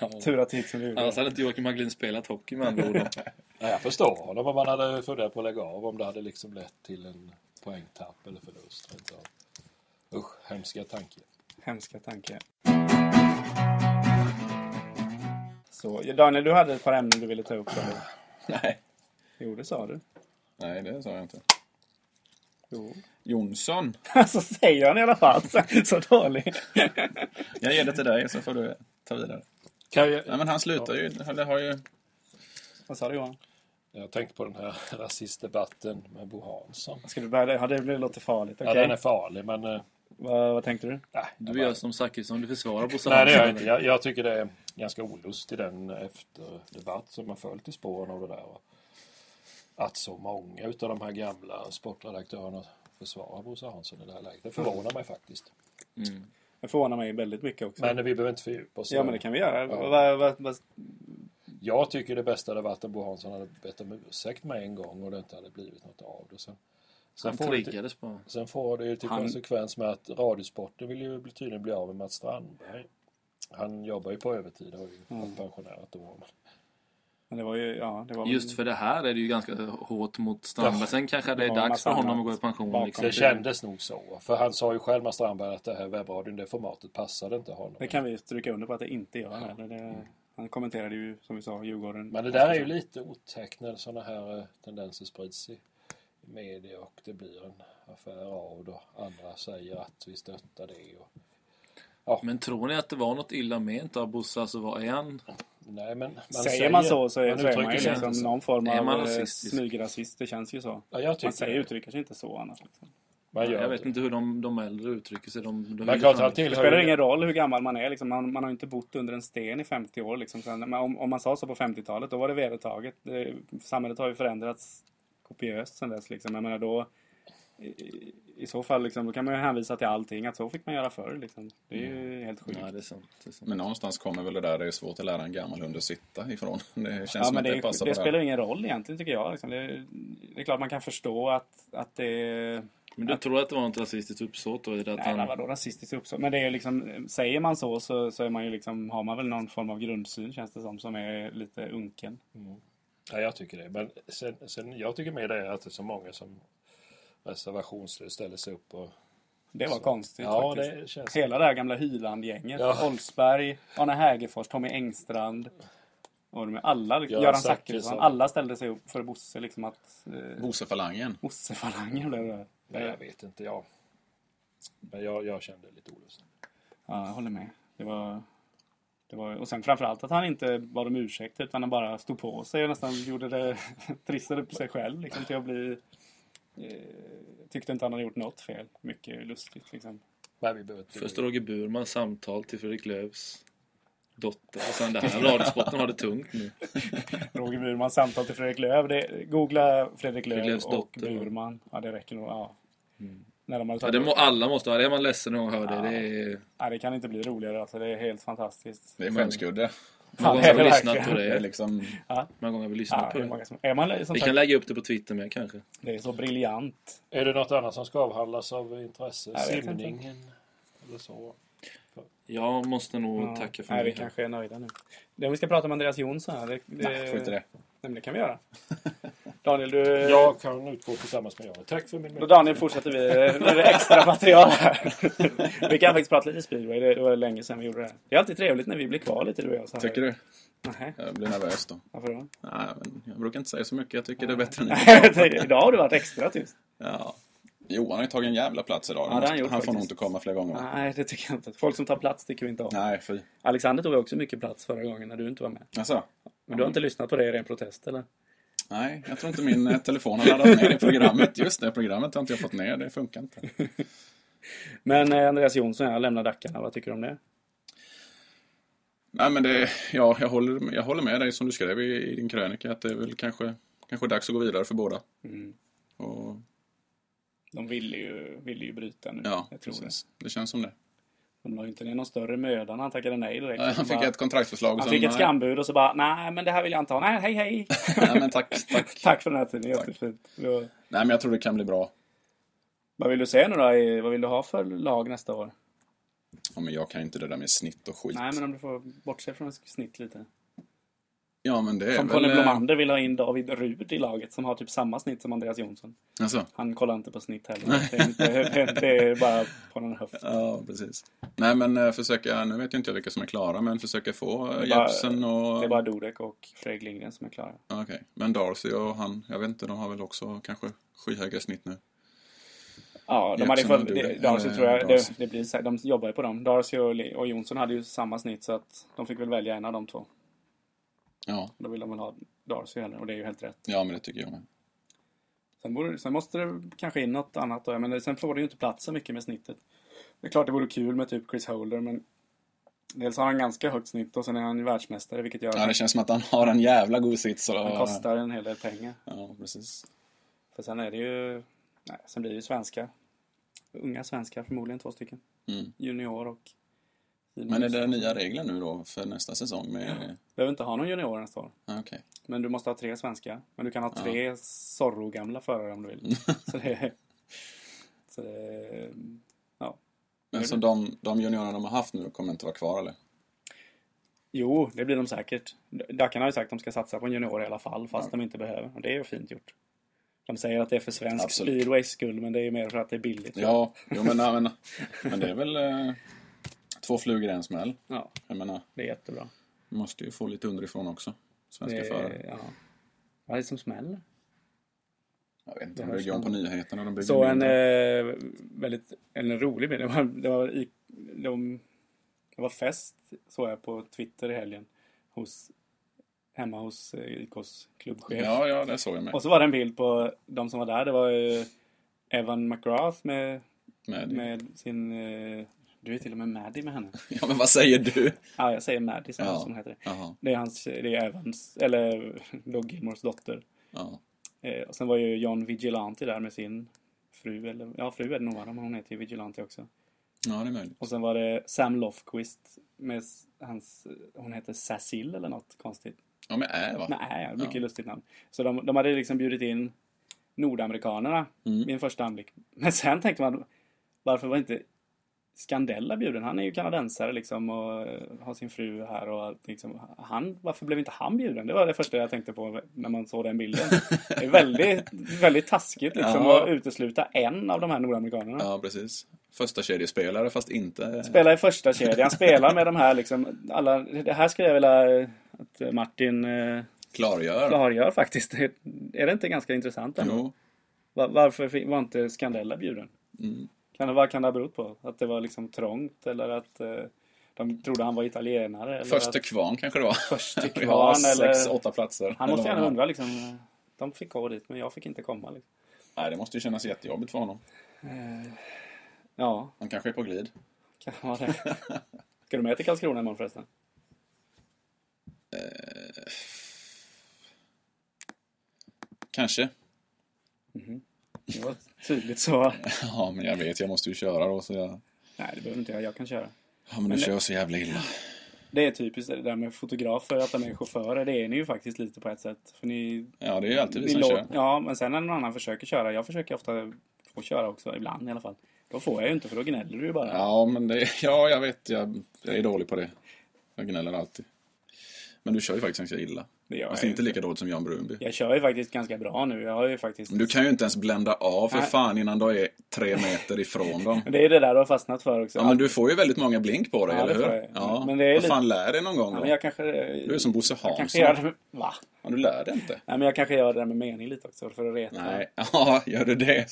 [SPEAKER 3] Ja.
[SPEAKER 4] Tur att det gick som det gjorde.
[SPEAKER 3] Annars hade inte Joakim Haglin spelat hockey med andra ord. då.
[SPEAKER 5] Nej, jag förstår honom om man hade funderat på att lägga av. Om det hade liksom lett till en poängtapp eller förlust. rent av. Usch, hemska tanke.
[SPEAKER 4] Hemska tanke. Så, ja, Daniel, du hade ett par ämnen du ville ta upp. Eller?
[SPEAKER 2] Nej.
[SPEAKER 4] Jo, det sa du.
[SPEAKER 2] Nej, det sa jag inte.
[SPEAKER 4] Jo.
[SPEAKER 2] Jonsson,
[SPEAKER 4] Så säger han i alla fall. Så, så dålig.
[SPEAKER 2] jag ger det till dig så får du ta vidare.
[SPEAKER 5] Kan jag,
[SPEAKER 2] Nej, men han slutar ju, eller har ju...
[SPEAKER 4] Vad sa du Johan?
[SPEAKER 5] jag tänkte på den här rasistdebatten med Bo Hansson.
[SPEAKER 4] Ska du börja? Ja, det blir- låter farligt.
[SPEAKER 5] Ja,
[SPEAKER 4] Okej.
[SPEAKER 5] den är farlig, men... eh,
[SPEAKER 4] vad, vad tänkte du?
[SPEAKER 5] Nej, jag
[SPEAKER 3] Du
[SPEAKER 5] bara-
[SPEAKER 3] gör som Zachrisson, du försvarar Bosse
[SPEAKER 5] Nej, det gör jag
[SPEAKER 3] Hansson.
[SPEAKER 5] inte. Jag, jag tycker det är ganska olustig den efterdebatt som har följt i spåren av det där. Och Att så många av de här gamla sportredaktörerna försvarar Bosse Hansson i det här läget. Det förvånar mig faktiskt.
[SPEAKER 4] Det förvånar mig väldigt mycket också.
[SPEAKER 5] Men vi behöver inte fördjupa oss.
[SPEAKER 4] ja, men det kan vi göra.
[SPEAKER 5] Ja.
[SPEAKER 4] Va, va, va,
[SPEAKER 5] Jag tycker det bästa hade varit att Bo Hansson hade bett om ursäkt med en gång och det inte hade blivit något av det. Sen, sen,
[SPEAKER 3] Han
[SPEAKER 5] får, det, till-
[SPEAKER 3] triggades bara.
[SPEAKER 5] sen får det ju till
[SPEAKER 4] Han-
[SPEAKER 5] konsekvens med att Radiosporten vill ju bli- tydligen bli av med Mats Strandberg. Han jobbar ju på övertid och har ju
[SPEAKER 4] Mm.
[SPEAKER 5] varit pensionärat då.
[SPEAKER 4] men det var ju, ja, det var
[SPEAKER 3] Just för det här är det ju ganska hårt mot Strandberg. Sen kanske det
[SPEAKER 4] Ja,
[SPEAKER 3] är dags
[SPEAKER 4] massa
[SPEAKER 3] för honom
[SPEAKER 4] annat
[SPEAKER 3] att gå i pension.
[SPEAKER 4] bakom.
[SPEAKER 5] Så
[SPEAKER 3] Liksom.
[SPEAKER 5] det kändes nog så. För han sa ju själv, Mats Strandberg, att det här webbradion, det formatet passade inte honom.
[SPEAKER 4] Det kan vi stryka under på att det inte gör heller. Det, han kommenterade ju, som vi sa, Djurgården.
[SPEAKER 5] Men det där är
[SPEAKER 4] Alltså-
[SPEAKER 5] ju lite otäckt när sådana här eh, tendenser sprids i i media och det blir en affär av det. Andra säger att vi stöttar det. Och...
[SPEAKER 3] Men tror ni att det var något illa ment av Bosse? Alltså, vad är han?
[SPEAKER 5] Nej, men man
[SPEAKER 4] Alltså, Säger man så så är, så är
[SPEAKER 5] uttrycker
[SPEAKER 4] man ju
[SPEAKER 5] sig
[SPEAKER 4] liksom
[SPEAKER 5] inte så.
[SPEAKER 4] någon form
[SPEAKER 3] Är
[SPEAKER 4] av
[SPEAKER 3] man
[SPEAKER 4] eh,
[SPEAKER 3] rasistisk?
[SPEAKER 4] smygrasist. Det känns ju typ- så.
[SPEAKER 5] Ja, jag tycker
[SPEAKER 4] Man säger
[SPEAKER 5] det.
[SPEAKER 4] uttrycker sig inte så annars. Liksom.
[SPEAKER 5] Man gör
[SPEAKER 3] Jag vet
[SPEAKER 5] det.
[SPEAKER 3] inte hur de, de äldre uttrycker sig. De, de
[SPEAKER 5] Men klart, han
[SPEAKER 4] Det
[SPEAKER 5] tillhör
[SPEAKER 4] spelar
[SPEAKER 5] ju-
[SPEAKER 4] ingen roll hur gammal man är. Liksom. Man, man har ju inte bott under en sten i 50 år. Liksom. Sen, men om, om man sa så på 50-talet, då var det vedertaget. Det, samhället har ju förändrats kopiöst sedan dess. Liksom. Jag menar då, i, i- I så fall liksom, då kan man ju hänvisa till allting. Att så fick man göra förr. Liksom. Det är
[SPEAKER 2] Mm.
[SPEAKER 4] ju helt sjukt.
[SPEAKER 3] Nej, det är sant. Det är sant.
[SPEAKER 2] Men någonstans kommer väl det där det är svårt att lära en gammal hund att sitta ifrån. Det känns
[SPEAKER 4] Ja,
[SPEAKER 2] som
[SPEAKER 4] men
[SPEAKER 2] att det,
[SPEAKER 4] det,
[SPEAKER 2] passar
[SPEAKER 4] det
[SPEAKER 2] på det
[SPEAKER 4] spelar
[SPEAKER 2] här.
[SPEAKER 4] ingen roll egentligen tycker jag. Liksom. Det, det är klart man kan förstå att, att det
[SPEAKER 3] Men du tror att det var något rasistiskt uppsåt då? i det Att
[SPEAKER 4] Nej, men
[SPEAKER 3] han...
[SPEAKER 4] vadå rasistiskt uppsåt? Men det är ju liksom, säger man så så, så är man ju liksom, har man väl någon form av grundsyn känns det som, som är lite unken.
[SPEAKER 5] Ja, jag tycker det. Men sen, sen, jag tycker mer det är att det är så många som reservationslöst ställer sig upp och...
[SPEAKER 4] Det var
[SPEAKER 5] Så.
[SPEAKER 4] konstigt
[SPEAKER 5] Ja,
[SPEAKER 4] faktiskt.
[SPEAKER 5] det känns...
[SPEAKER 4] Hela det här gamla Hyland-gänget.
[SPEAKER 5] Ja.
[SPEAKER 4] Oldsberg, Arne Hägerfors, Tommy Engstrand. Och de, alla, liksom,
[SPEAKER 5] Göran
[SPEAKER 4] Göran Zachrisson.
[SPEAKER 5] Zachrisson.
[SPEAKER 4] Alla ställde sig upp för Bosse liksom att... Eh,
[SPEAKER 2] Bosefalangen.
[SPEAKER 4] Bosse-falangen blev det.
[SPEAKER 5] Nej, jag vet inte. Jag... Men jag, jag kände lite olust.
[SPEAKER 4] Ja, jag håller med. Det var, det var, och sen framförallt att han inte bad om ursäkt utan han bara stod på sig och nästan gjorde det, trissade upp sig själv liksom, till att bli... Eh, tyckte inte han hade gjort något fel. Mycket lustigt liksom.
[SPEAKER 5] Men vi behöver inte...
[SPEAKER 3] Först Roger Burmans samtal till Fredrik Lööfs dotter. Och sen det här. Radiosporten har det tungt nu.
[SPEAKER 4] Roger Burmans samtal till Fredrik Lööf. Det, googla Fredrik
[SPEAKER 3] Fredrik
[SPEAKER 4] Lööf
[SPEAKER 3] Lööfs
[SPEAKER 4] och
[SPEAKER 3] dotter, va?
[SPEAKER 4] Burman. Ja, det räcker nog. Ja. När de hade
[SPEAKER 3] Ja,
[SPEAKER 4] tagit,
[SPEAKER 3] det må, alla måste ha det. Är man ledsen när man hör det? det är...
[SPEAKER 4] ja, det kan inte bli roligare. Alltså, det är helt fantastiskt.
[SPEAKER 2] Det är skämskudde.
[SPEAKER 3] Många gånger
[SPEAKER 4] det är
[SPEAKER 3] har vi lyssnat på
[SPEAKER 4] verkligen.
[SPEAKER 2] Det är
[SPEAKER 3] det.
[SPEAKER 2] liksom...
[SPEAKER 3] Många gånger har vi
[SPEAKER 4] Ja,
[SPEAKER 3] lyssnat på
[SPEAKER 4] det är,
[SPEAKER 3] det.
[SPEAKER 4] många som, är man som
[SPEAKER 3] Vi kan
[SPEAKER 4] sagt,
[SPEAKER 3] lägga upp det på Twitter med kanske.
[SPEAKER 4] det är så briljant.
[SPEAKER 5] Är det något annat som ska avhandlas av intresse?
[SPEAKER 4] Jag vet inte.
[SPEAKER 5] Simningen? Eller så?
[SPEAKER 3] Jag måste nog
[SPEAKER 4] Ja,
[SPEAKER 3] tacka för
[SPEAKER 4] nej,
[SPEAKER 3] mig.
[SPEAKER 4] vi kanske är nöjda nu. Det vi ska prata om Andreas Jonsson här. Det, det,
[SPEAKER 2] Nej, Ah, skit i det.
[SPEAKER 4] Nej, men det kan vi göra. Daniel, du...
[SPEAKER 5] Jag kan utgå tillsammans med Jan. Tack för min
[SPEAKER 4] Då
[SPEAKER 5] medverkan.
[SPEAKER 4] Daniel fortsätter vi. Nu är det extra material här. vi kan faktiskt prata lite speedway. Det var länge sedan vi gjorde det. här. Det är alltid trevligt när vi blir kvar lite du och jag. Så här.
[SPEAKER 2] Tycker du?
[SPEAKER 4] Nej,
[SPEAKER 2] Jag blir nervös då.
[SPEAKER 4] varför då?
[SPEAKER 2] Nej, men jag brukar inte säga så mycket. Jag tycker det är bättre än
[SPEAKER 4] Idag har du varit extra tyst.
[SPEAKER 2] ja. Johan har ju tagit en jävla plats idag.
[SPEAKER 4] det har han gjort
[SPEAKER 2] han får nog
[SPEAKER 4] faktiskt.
[SPEAKER 2] inte komma fler gånger. va?
[SPEAKER 4] Nej, det tycker jag inte. Folk som tar plats tycker vi inte om.
[SPEAKER 2] Nej, fy.
[SPEAKER 4] Alexander tog också mycket plats förra gången när du inte var med.
[SPEAKER 2] Alltså,
[SPEAKER 4] Men du har inte lyssnat på det i ren protest eller?
[SPEAKER 2] nej, jag tror inte min eh, telefon har laddat ner det programmet. Just det, programmet har inte jag fått ner. Det funkar inte.
[SPEAKER 4] Men eh, Andreas Jonsson, jag lämnar Dackarna. Vad tycker du om det?
[SPEAKER 2] Nej, men det, ja, jag, håller, jag håller med dig som du skrev i, i din krönika att det är väl kanske, kanske dags att gå vidare för båda. Och,
[SPEAKER 4] Mm. De ville ju, ville ju bryta nu.
[SPEAKER 2] ja,
[SPEAKER 4] jag tror det.
[SPEAKER 2] precis. Det. känns som det.
[SPEAKER 4] De la ju inte ner någon större möda när han tackade nej direkt.
[SPEAKER 2] Nej, Han fick
[SPEAKER 4] bara,
[SPEAKER 2] ett kontraktförslag. och
[SPEAKER 4] han
[SPEAKER 2] sen,
[SPEAKER 4] fick ett
[SPEAKER 2] nej.
[SPEAKER 4] skambud och så bara nej men det här vill jag inte ha. Nej, hej hej!
[SPEAKER 2] Nej, men tack, tack.
[SPEAKER 4] Tack för den här tiden,
[SPEAKER 2] Tack.
[SPEAKER 4] jättefint. Ja.
[SPEAKER 2] Nej, men jag tror det kan bli bra.
[SPEAKER 4] Vad vill du säga nu då? i- Vad vill du ha för lag nästa år?
[SPEAKER 2] Ja, men jag kan inte det där med snitt och skit.
[SPEAKER 4] Nej men om du får bortse från snitt lite.
[SPEAKER 2] Ja, men det är
[SPEAKER 4] Som
[SPEAKER 2] väl...
[SPEAKER 4] Colin
[SPEAKER 2] eh,
[SPEAKER 4] Blomander vill ha in David Rud i laget som har typ samma snitt som Andreas Jonsson.
[SPEAKER 2] Alltså,
[SPEAKER 4] Han kollar inte på snitt heller. Det är, inte, det är bara på någon höft.
[SPEAKER 2] ja, precis. Nej, men eh, försöka... Nu vet jag inte vilka som är klara, men försöka få eh,
[SPEAKER 4] är bara-
[SPEAKER 2] Jepsen och...
[SPEAKER 4] Det är bara Dudek och Fredrik Lindgren som är klara.
[SPEAKER 2] Ja, Okej, men Darcy och han, jag vet inte, de har väl också kanske skyhöga snitt nu.
[SPEAKER 4] Ja, de hade ju
[SPEAKER 2] Jackson och
[SPEAKER 4] för,
[SPEAKER 2] Dudek.
[SPEAKER 4] det- Darcy
[SPEAKER 2] Eller
[SPEAKER 4] tror jag,
[SPEAKER 2] Darcy.
[SPEAKER 4] det, det blir, så- de jobbar ju på dem. Darcy och, Le- och Jonsson hade ju samma snitt så att de fick väl välja en av de två.
[SPEAKER 2] Ja,
[SPEAKER 4] Då vill de väl ha Darcy heller och det är ju helt rätt.
[SPEAKER 2] ja men det tycker jag med.
[SPEAKER 4] Sen, borde, sen måste det kanske in något annat då. Men sen får det ju inte plats så mycket med snittet. Det är klart det vore kul med typ Chris Holder men dels har han ganska högt snitt och sen är han ju världsmästare vilket gör att
[SPEAKER 2] Ja, det känns som att han har en jävla god sits. Och...
[SPEAKER 4] han kostar en hel del pengar.
[SPEAKER 2] Ja, precis.
[SPEAKER 4] För sen är det ju, nej, sen blir det ju svenska. unga svenskar, förmodligen två stycken.
[SPEAKER 2] Mm.
[SPEAKER 4] Junior och Simon.
[SPEAKER 2] Men är det nya regler nu då för nästa säsong? Med...
[SPEAKER 4] behöver inte ha någon junior nästa år.
[SPEAKER 2] Ja. Okej.
[SPEAKER 4] Men du måste ha tre svenska. Men du kan ha tre Zorro-gamla förare om du vill. så det... Så det... Ja.
[SPEAKER 2] Men så de, de juniorerna de har haft nu kommer inte vara kvar eller?
[SPEAKER 4] Jo, det blir de säkert. Dackarna har ju sagt att de ska satsa på en junior i alla fall, fast de inte behöver. Och det är ju fint gjort. De säger att det är för svensk
[SPEAKER 2] Absolut.
[SPEAKER 4] speedways skull, men det är ju mer för att det är billigt.
[SPEAKER 2] Ja, jo, men, ja, men, men det är väl eh, två flugor i en smäll.
[SPEAKER 4] ja,
[SPEAKER 2] Jag menar,
[SPEAKER 4] det är jättebra.
[SPEAKER 2] man måste ju få lite underifrån också. Svenska
[SPEAKER 4] Det,
[SPEAKER 2] förare.
[SPEAKER 4] ja. Vad är det som smäller?
[SPEAKER 2] Jag vet inte, de
[SPEAKER 4] hörs
[SPEAKER 2] bygger om på nyheterna. De bygger
[SPEAKER 4] Så en
[SPEAKER 2] mindre.
[SPEAKER 4] eh, väldigt en rolig bild. Det var, det var, i, de, det var fest, såg jag på Twitter i helgen, hos, hemma hos eh, IKs klubbchef.
[SPEAKER 2] Ja, ja, det såg jag med.
[SPEAKER 4] Och så var det en bild på de som var där. Det var ju Evan McGrath med,
[SPEAKER 2] med.
[SPEAKER 4] med sin... eh, Du är till och med Maddie med henne.
[SPEAKER 2] Ja, men vad säger du?
[SPEAKER 4] Ja, jag säger Maddie som,
[SPEAKER 2] Ja.
[SPEAKER 4] som heter det.
[SPEAKER 2] Jaha,
[SPEAKER 4] Det är hans... Det är Evans, eller då Gilmores dotter.
[SPEAKER 2] ja.
[SPEAKER 4] Eh, och sen var ju John Vigilante där med sin fru, eller ja, fru är det nog va? men hon heter ju Vigilante också.
[SPEAKER 2] ja, det är möjligt.
[SPEAKER 4] Och sen var det Sam Lofquist med s- hans, hon heter Cecil eller något konstigt.
[SPEAKER 2] Ja, men är va?
[SPEAKER 4] Nej, mycket
[SPEAKER 2] Ja.
[SPEAKER 4] lustigt namn. Så de, de hade liksom bjudit in nordamerikanerna
[SPEAKER 2] Mm.
[SPEAKER 4] vid en första anblick. Men sen tänkte man, varför var inte Scandella bjuden? Han är ju kanadensare liksom och eh, har sin fru här och allt, liksom, han, varför blev inte han bjuden? Det var det första jag tänkte på när man såg den bilden. Det är väldigt, väldigt taskigt liksom
[SPEAKER 2] Ja.
[SPEAKER 4] att utesluta en av de här nordamerikanerna.
[SPEAKER 2] Ja, precis. Första kedjespelare fast inte...
[SPEAKER 4] Spelar i första kedjan, spelar med de här liksom, alla, det här skulle jag vilja eh, att Martin eh,
[SPEAKER 2] Klargör.
[SPEAKER 4] klargör faktiskt. Är det inte ganska intressant? ändå?
[SPEAKER 2] Jo.
[SPEAKER 4] Va- Varför fi- var inte Scandella bjuden?
[SPEAKER 2] Mm.
[SPEAKER 4] Kan det, vad kan det ha berott på? Att det var liksom trångt eller att eh, de trodde han var italienare? Eller
[SPEAKER 2] Första
[SPEAKER 4] att,
[SPEAKER 2] kvarn kanske det var.
[SPEAKER 4] Första
[SPEAKER 2] Vi har
[SPEAKER 4] kvarn, eller-
[SPEAKER 2] sex, åtta platser.
[SPEAKER 4] han måste
[SPEAKER 2] Eller
[SPEAKER 4] gärna
[SPEAKER 2] vad
[SPEAKER 4] undra liksom. eh, De fick gå dit men jag fick inte komma. Liksom.
[SPEAKER 2] Nej, det måste ju kännas jättejobbigt för honom.
[SPEAKER 4] Ja,
[SPEAKER 2] Han kanske är på glid.
[SPEAKER 4] kan vara det. Ska du med till Karlskrona imorgon förresten?
[SPEAKER 2] Kanske.
[SPEAKER 4] Det var tydligt så.
[SPEAKER 2] Ja, men jag vet, jag måste ju köra då så jag...
[SPEAKER 4] Nej, det behöver inte jag. Jag kan köra.
[SPEAKER 2] Ja, men du
[SPEAKER 4] det-
[SPEAKER 2] kör så jävla illa.
[SPEAKER 4] Det är typiskt det där med fotografer, att de är chaufförer. Det är ni ju faktiskt lite på ett sätt. För ni
[SPEAKER 2] Ja, det är ju alltid vi
[SPEAKER 4] Vi
[SPEAKER 2] som
[SPEAKER 4] lå-
[SPEAKER 2] kör.
[SPEAKER 4] Ja, men sen när någon annan försöker köra. Jag försöker ofta få köra också, ibland i alla fall. Då får jag ju inte, för då gnäller du ju bara.
[SPEAKER 2] Ja, men det... Ja, jag vet, jag, jag är dålig på det. Jag gnäller alltid. Men du kör ju faktiskt ganska illa.
[SPEAKER 4] Det gör
[SPEAKER 2] Fast
[SPEAKER 4] jag
[SPEAKER 2] inte lika dåligt som Jan Brunby.
[SPEAKER 4] Jag kör ju faktiskt ganska bra nu. Jag har ju faktiskt...
[SPEAKER 2] Men du kan ju inte ens blända av för
[SPEAKER 4] Nej.
[SPEAKER 2] fan innan du är tre meter ifrån dem.
[SPEAKER 4] Det är ju det där du har fastnat för också.
[SPEAKER 2] Ja, men du får ju väldigt många blink på dig,
[SPEAKER 4] Ja,
[SPEAKER 2] eller
[SPEAKER 4] det
[SPEAKER 2] hur?
[SPEAKER 4] får jag.
[SPEAKER 2] Ja.
[SPEAKER 4] Men det är
[SPEAKER 2] Vad
[SPEAKER 4] lite-
[SPEAKER 2] fan, lär dig någon gång
[SPEAKER 4] Ja,
[SPEAKER 2] då.
[SPEAKER 4] men jag kanske...
[SPEAKER 2] Du är som Bosse
[SPEAKER 4] kanske
[SPEAKER 2] Hansson.
[SPEAKER 4] gör det... Va?
[SPEAKER 2] Ja, du lär dig inte.
[SPEAKER 4] Nej, men jag kanske gör det där med mening lite också, för att reta.
[SPEAKER 2] Nej, ja, gör du det?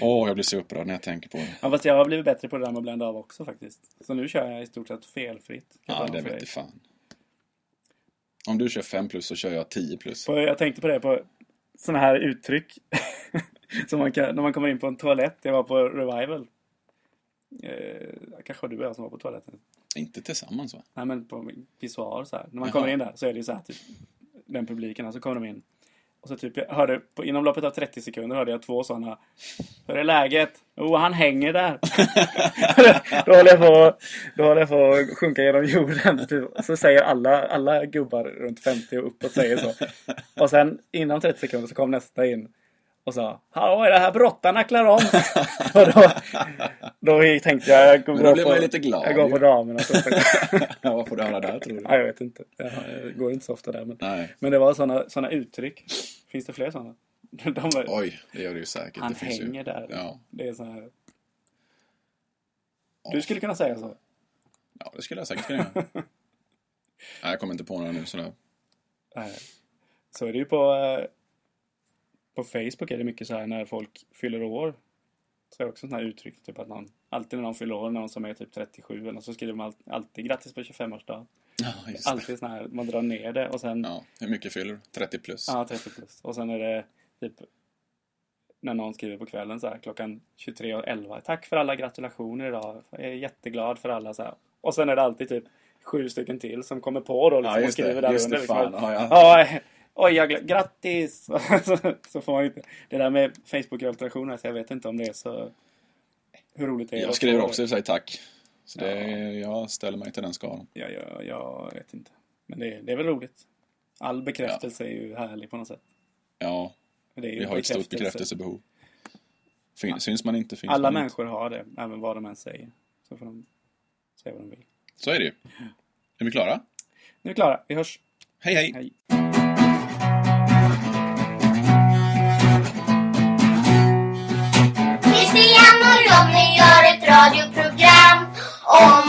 [SPEAKER 2] Åh, jag blir så upprörd när jag tänker på det.
[SPEAKER 4] Ja, fast jag har blivit bättre på det där med att blända av också faktiskt. Så nu kör jag i stort sett felfritt. kan jag
[SPEAKER 2] Ja,
[SPEAKER 4] tala
[SPEAKER 2] det
[SPEAKER 4] om för
[SPEAKER 2] vet
[SPEAKER 4] dig.
[SPEAKER 2] jag fan. Om du kör 5 plus så kör jag 10 plus.
[SPEAKER 4] På, jag tänkte på det på sådana här uttryck. som man kan, när man kommer in på en toalett. Jag var på Revival. Eh, kanske du och jag som var på toaletten.
[SPEAKER 2] Inte tillsammans va?
[SPEAKER 4] Nej men på pissoar så här. När man
[SPEAKER 2] Jaha.
[SPEAKER 4] kommer in där så är det ju så här typ. Den publiken här, så kommer de in. Och så typ jag hörde, på, inom loppet av 30 sekunder hörde jag två sådana. Hur är läget? Oh, han hänger där. då, håller jag på, då håller jag på att sjunka genom jorden. Typ. Så säger alla, alla gubbar runt 50 och uppåt säger så. Och sen inom 30 sekunder så kom nästa in. Och sa Hallå är det här brottarna klarar om? och då, då tänkte jag jag går
[SPEAKER 2] Men då
[SPEAKER 4] på-
[SPEAKER 2] blir man ju lite glad
[SPEAKER 4] Jag går
[SPEAKER 2] ju.
[SPEAKER 4] på damerna.
[SPEAKER 2] Ja, vad får du höra där tror du?
[SPEAKER 4] Ja, jag vet inte. Jag går inte så ofta där. Men,
[SPEAKER 2] Nej.
[SPEAKER 4] men det var sådana såna uttryck. Finns det fler sådana? De var,
[SPEAKER 2] Oj, det gör du ju säkert.
[SPEAKER 4] han
[SPEAKER 2] det finns
[SPEAKER 4] hänger
[SPEAKER 2] ju...
[SPEAKER 4] där.
[SPEAKER 2] Ja.
[SPEAKER 4] Det är så här. Du skulle kunna säga så.
[SPEAKER 2] ja, det skulle jag säkert kunna göra. Nej, jag kommer inte på några nu sådär.
[SPEAKER 4] Nej. Så är det ju på, eh, på Facebook är det mycket så här när folk fyller år. Så är det också sådana här uttryck. Typ att någon, alltid när någon fyller år, någon som är typ 37 eller något, så skriver man all- alltid grattis på 25-årsdag.
[SPEAKER 2] Ja, just det.
[SPEAKER 4] Alltid sådana här, man drar ner det och sen
[SPEAKER 2] Ja, hur mycket fyller du? 30 plus?
[SPEAKER 4] Ja, 30 plus. Och sen är det typ när någon skriver på kvällen så här klockan 23.11. Tack för alla gratulationer idag. Jag är jätteglad för alla så här. Och sen är det alltid typ sju stycken till som kommer på då liksom,
[SPEAKER 2] Ja,
[SPEAKER 4] och
[SPEAKER 2] just det.
[SPEAKER 4] skriver där
[SPEAKER 2] Just det,
[SPEAKER 4] under.
[SPEAKER 2] fan. Ja,
[SPEAKER 4] Liksom,
[SPEAKER 2] ja.
[SPEAKER 4] ja. eh, Oj, jag gla- alltså, grattis! så, så får man inte... Det där med Facebook-gratulationer, så jag vet inte om det är så... hur roligt det är.
[SPEAKER 2] Jag
[SPEAKER 4] att
[SPEAKER 2] skriver
[SPEAKER 4] få-
[SPEAKER 2] också i och för sig tack. Så det,
[SPEAKER 4] Ja.
[SPEAKER 2] jag ställer mig till den skalan.
[SPEAKER 4] Ja, jag, jag vet inte. Men det, det är väl roligt. All bekräftelse är ju härlig på något sätt.
[SPEAKER 2] Ja,
[SPEAKER 4] För Det är ju
[SPEAKER 2] vi har ett stort bekräftelsebehov. Fin, Syns man inte finns
[SPEAKER 4] Alla
[SPEAKER 2] man
[SPEAKER 4] människor har det, även vad de än säger. Så får de säga vad de vill.
[SPEAKER 2] inte. Så är det ju. Är vi klara?
[SPEAKER 4] Nu är vi klara, vi hörs.
[SPEAKER 2] Hej hej!
[SPEAKER 4] Hej.
[SPEAKER 1] Christian och Ronny gör ett radioprogram om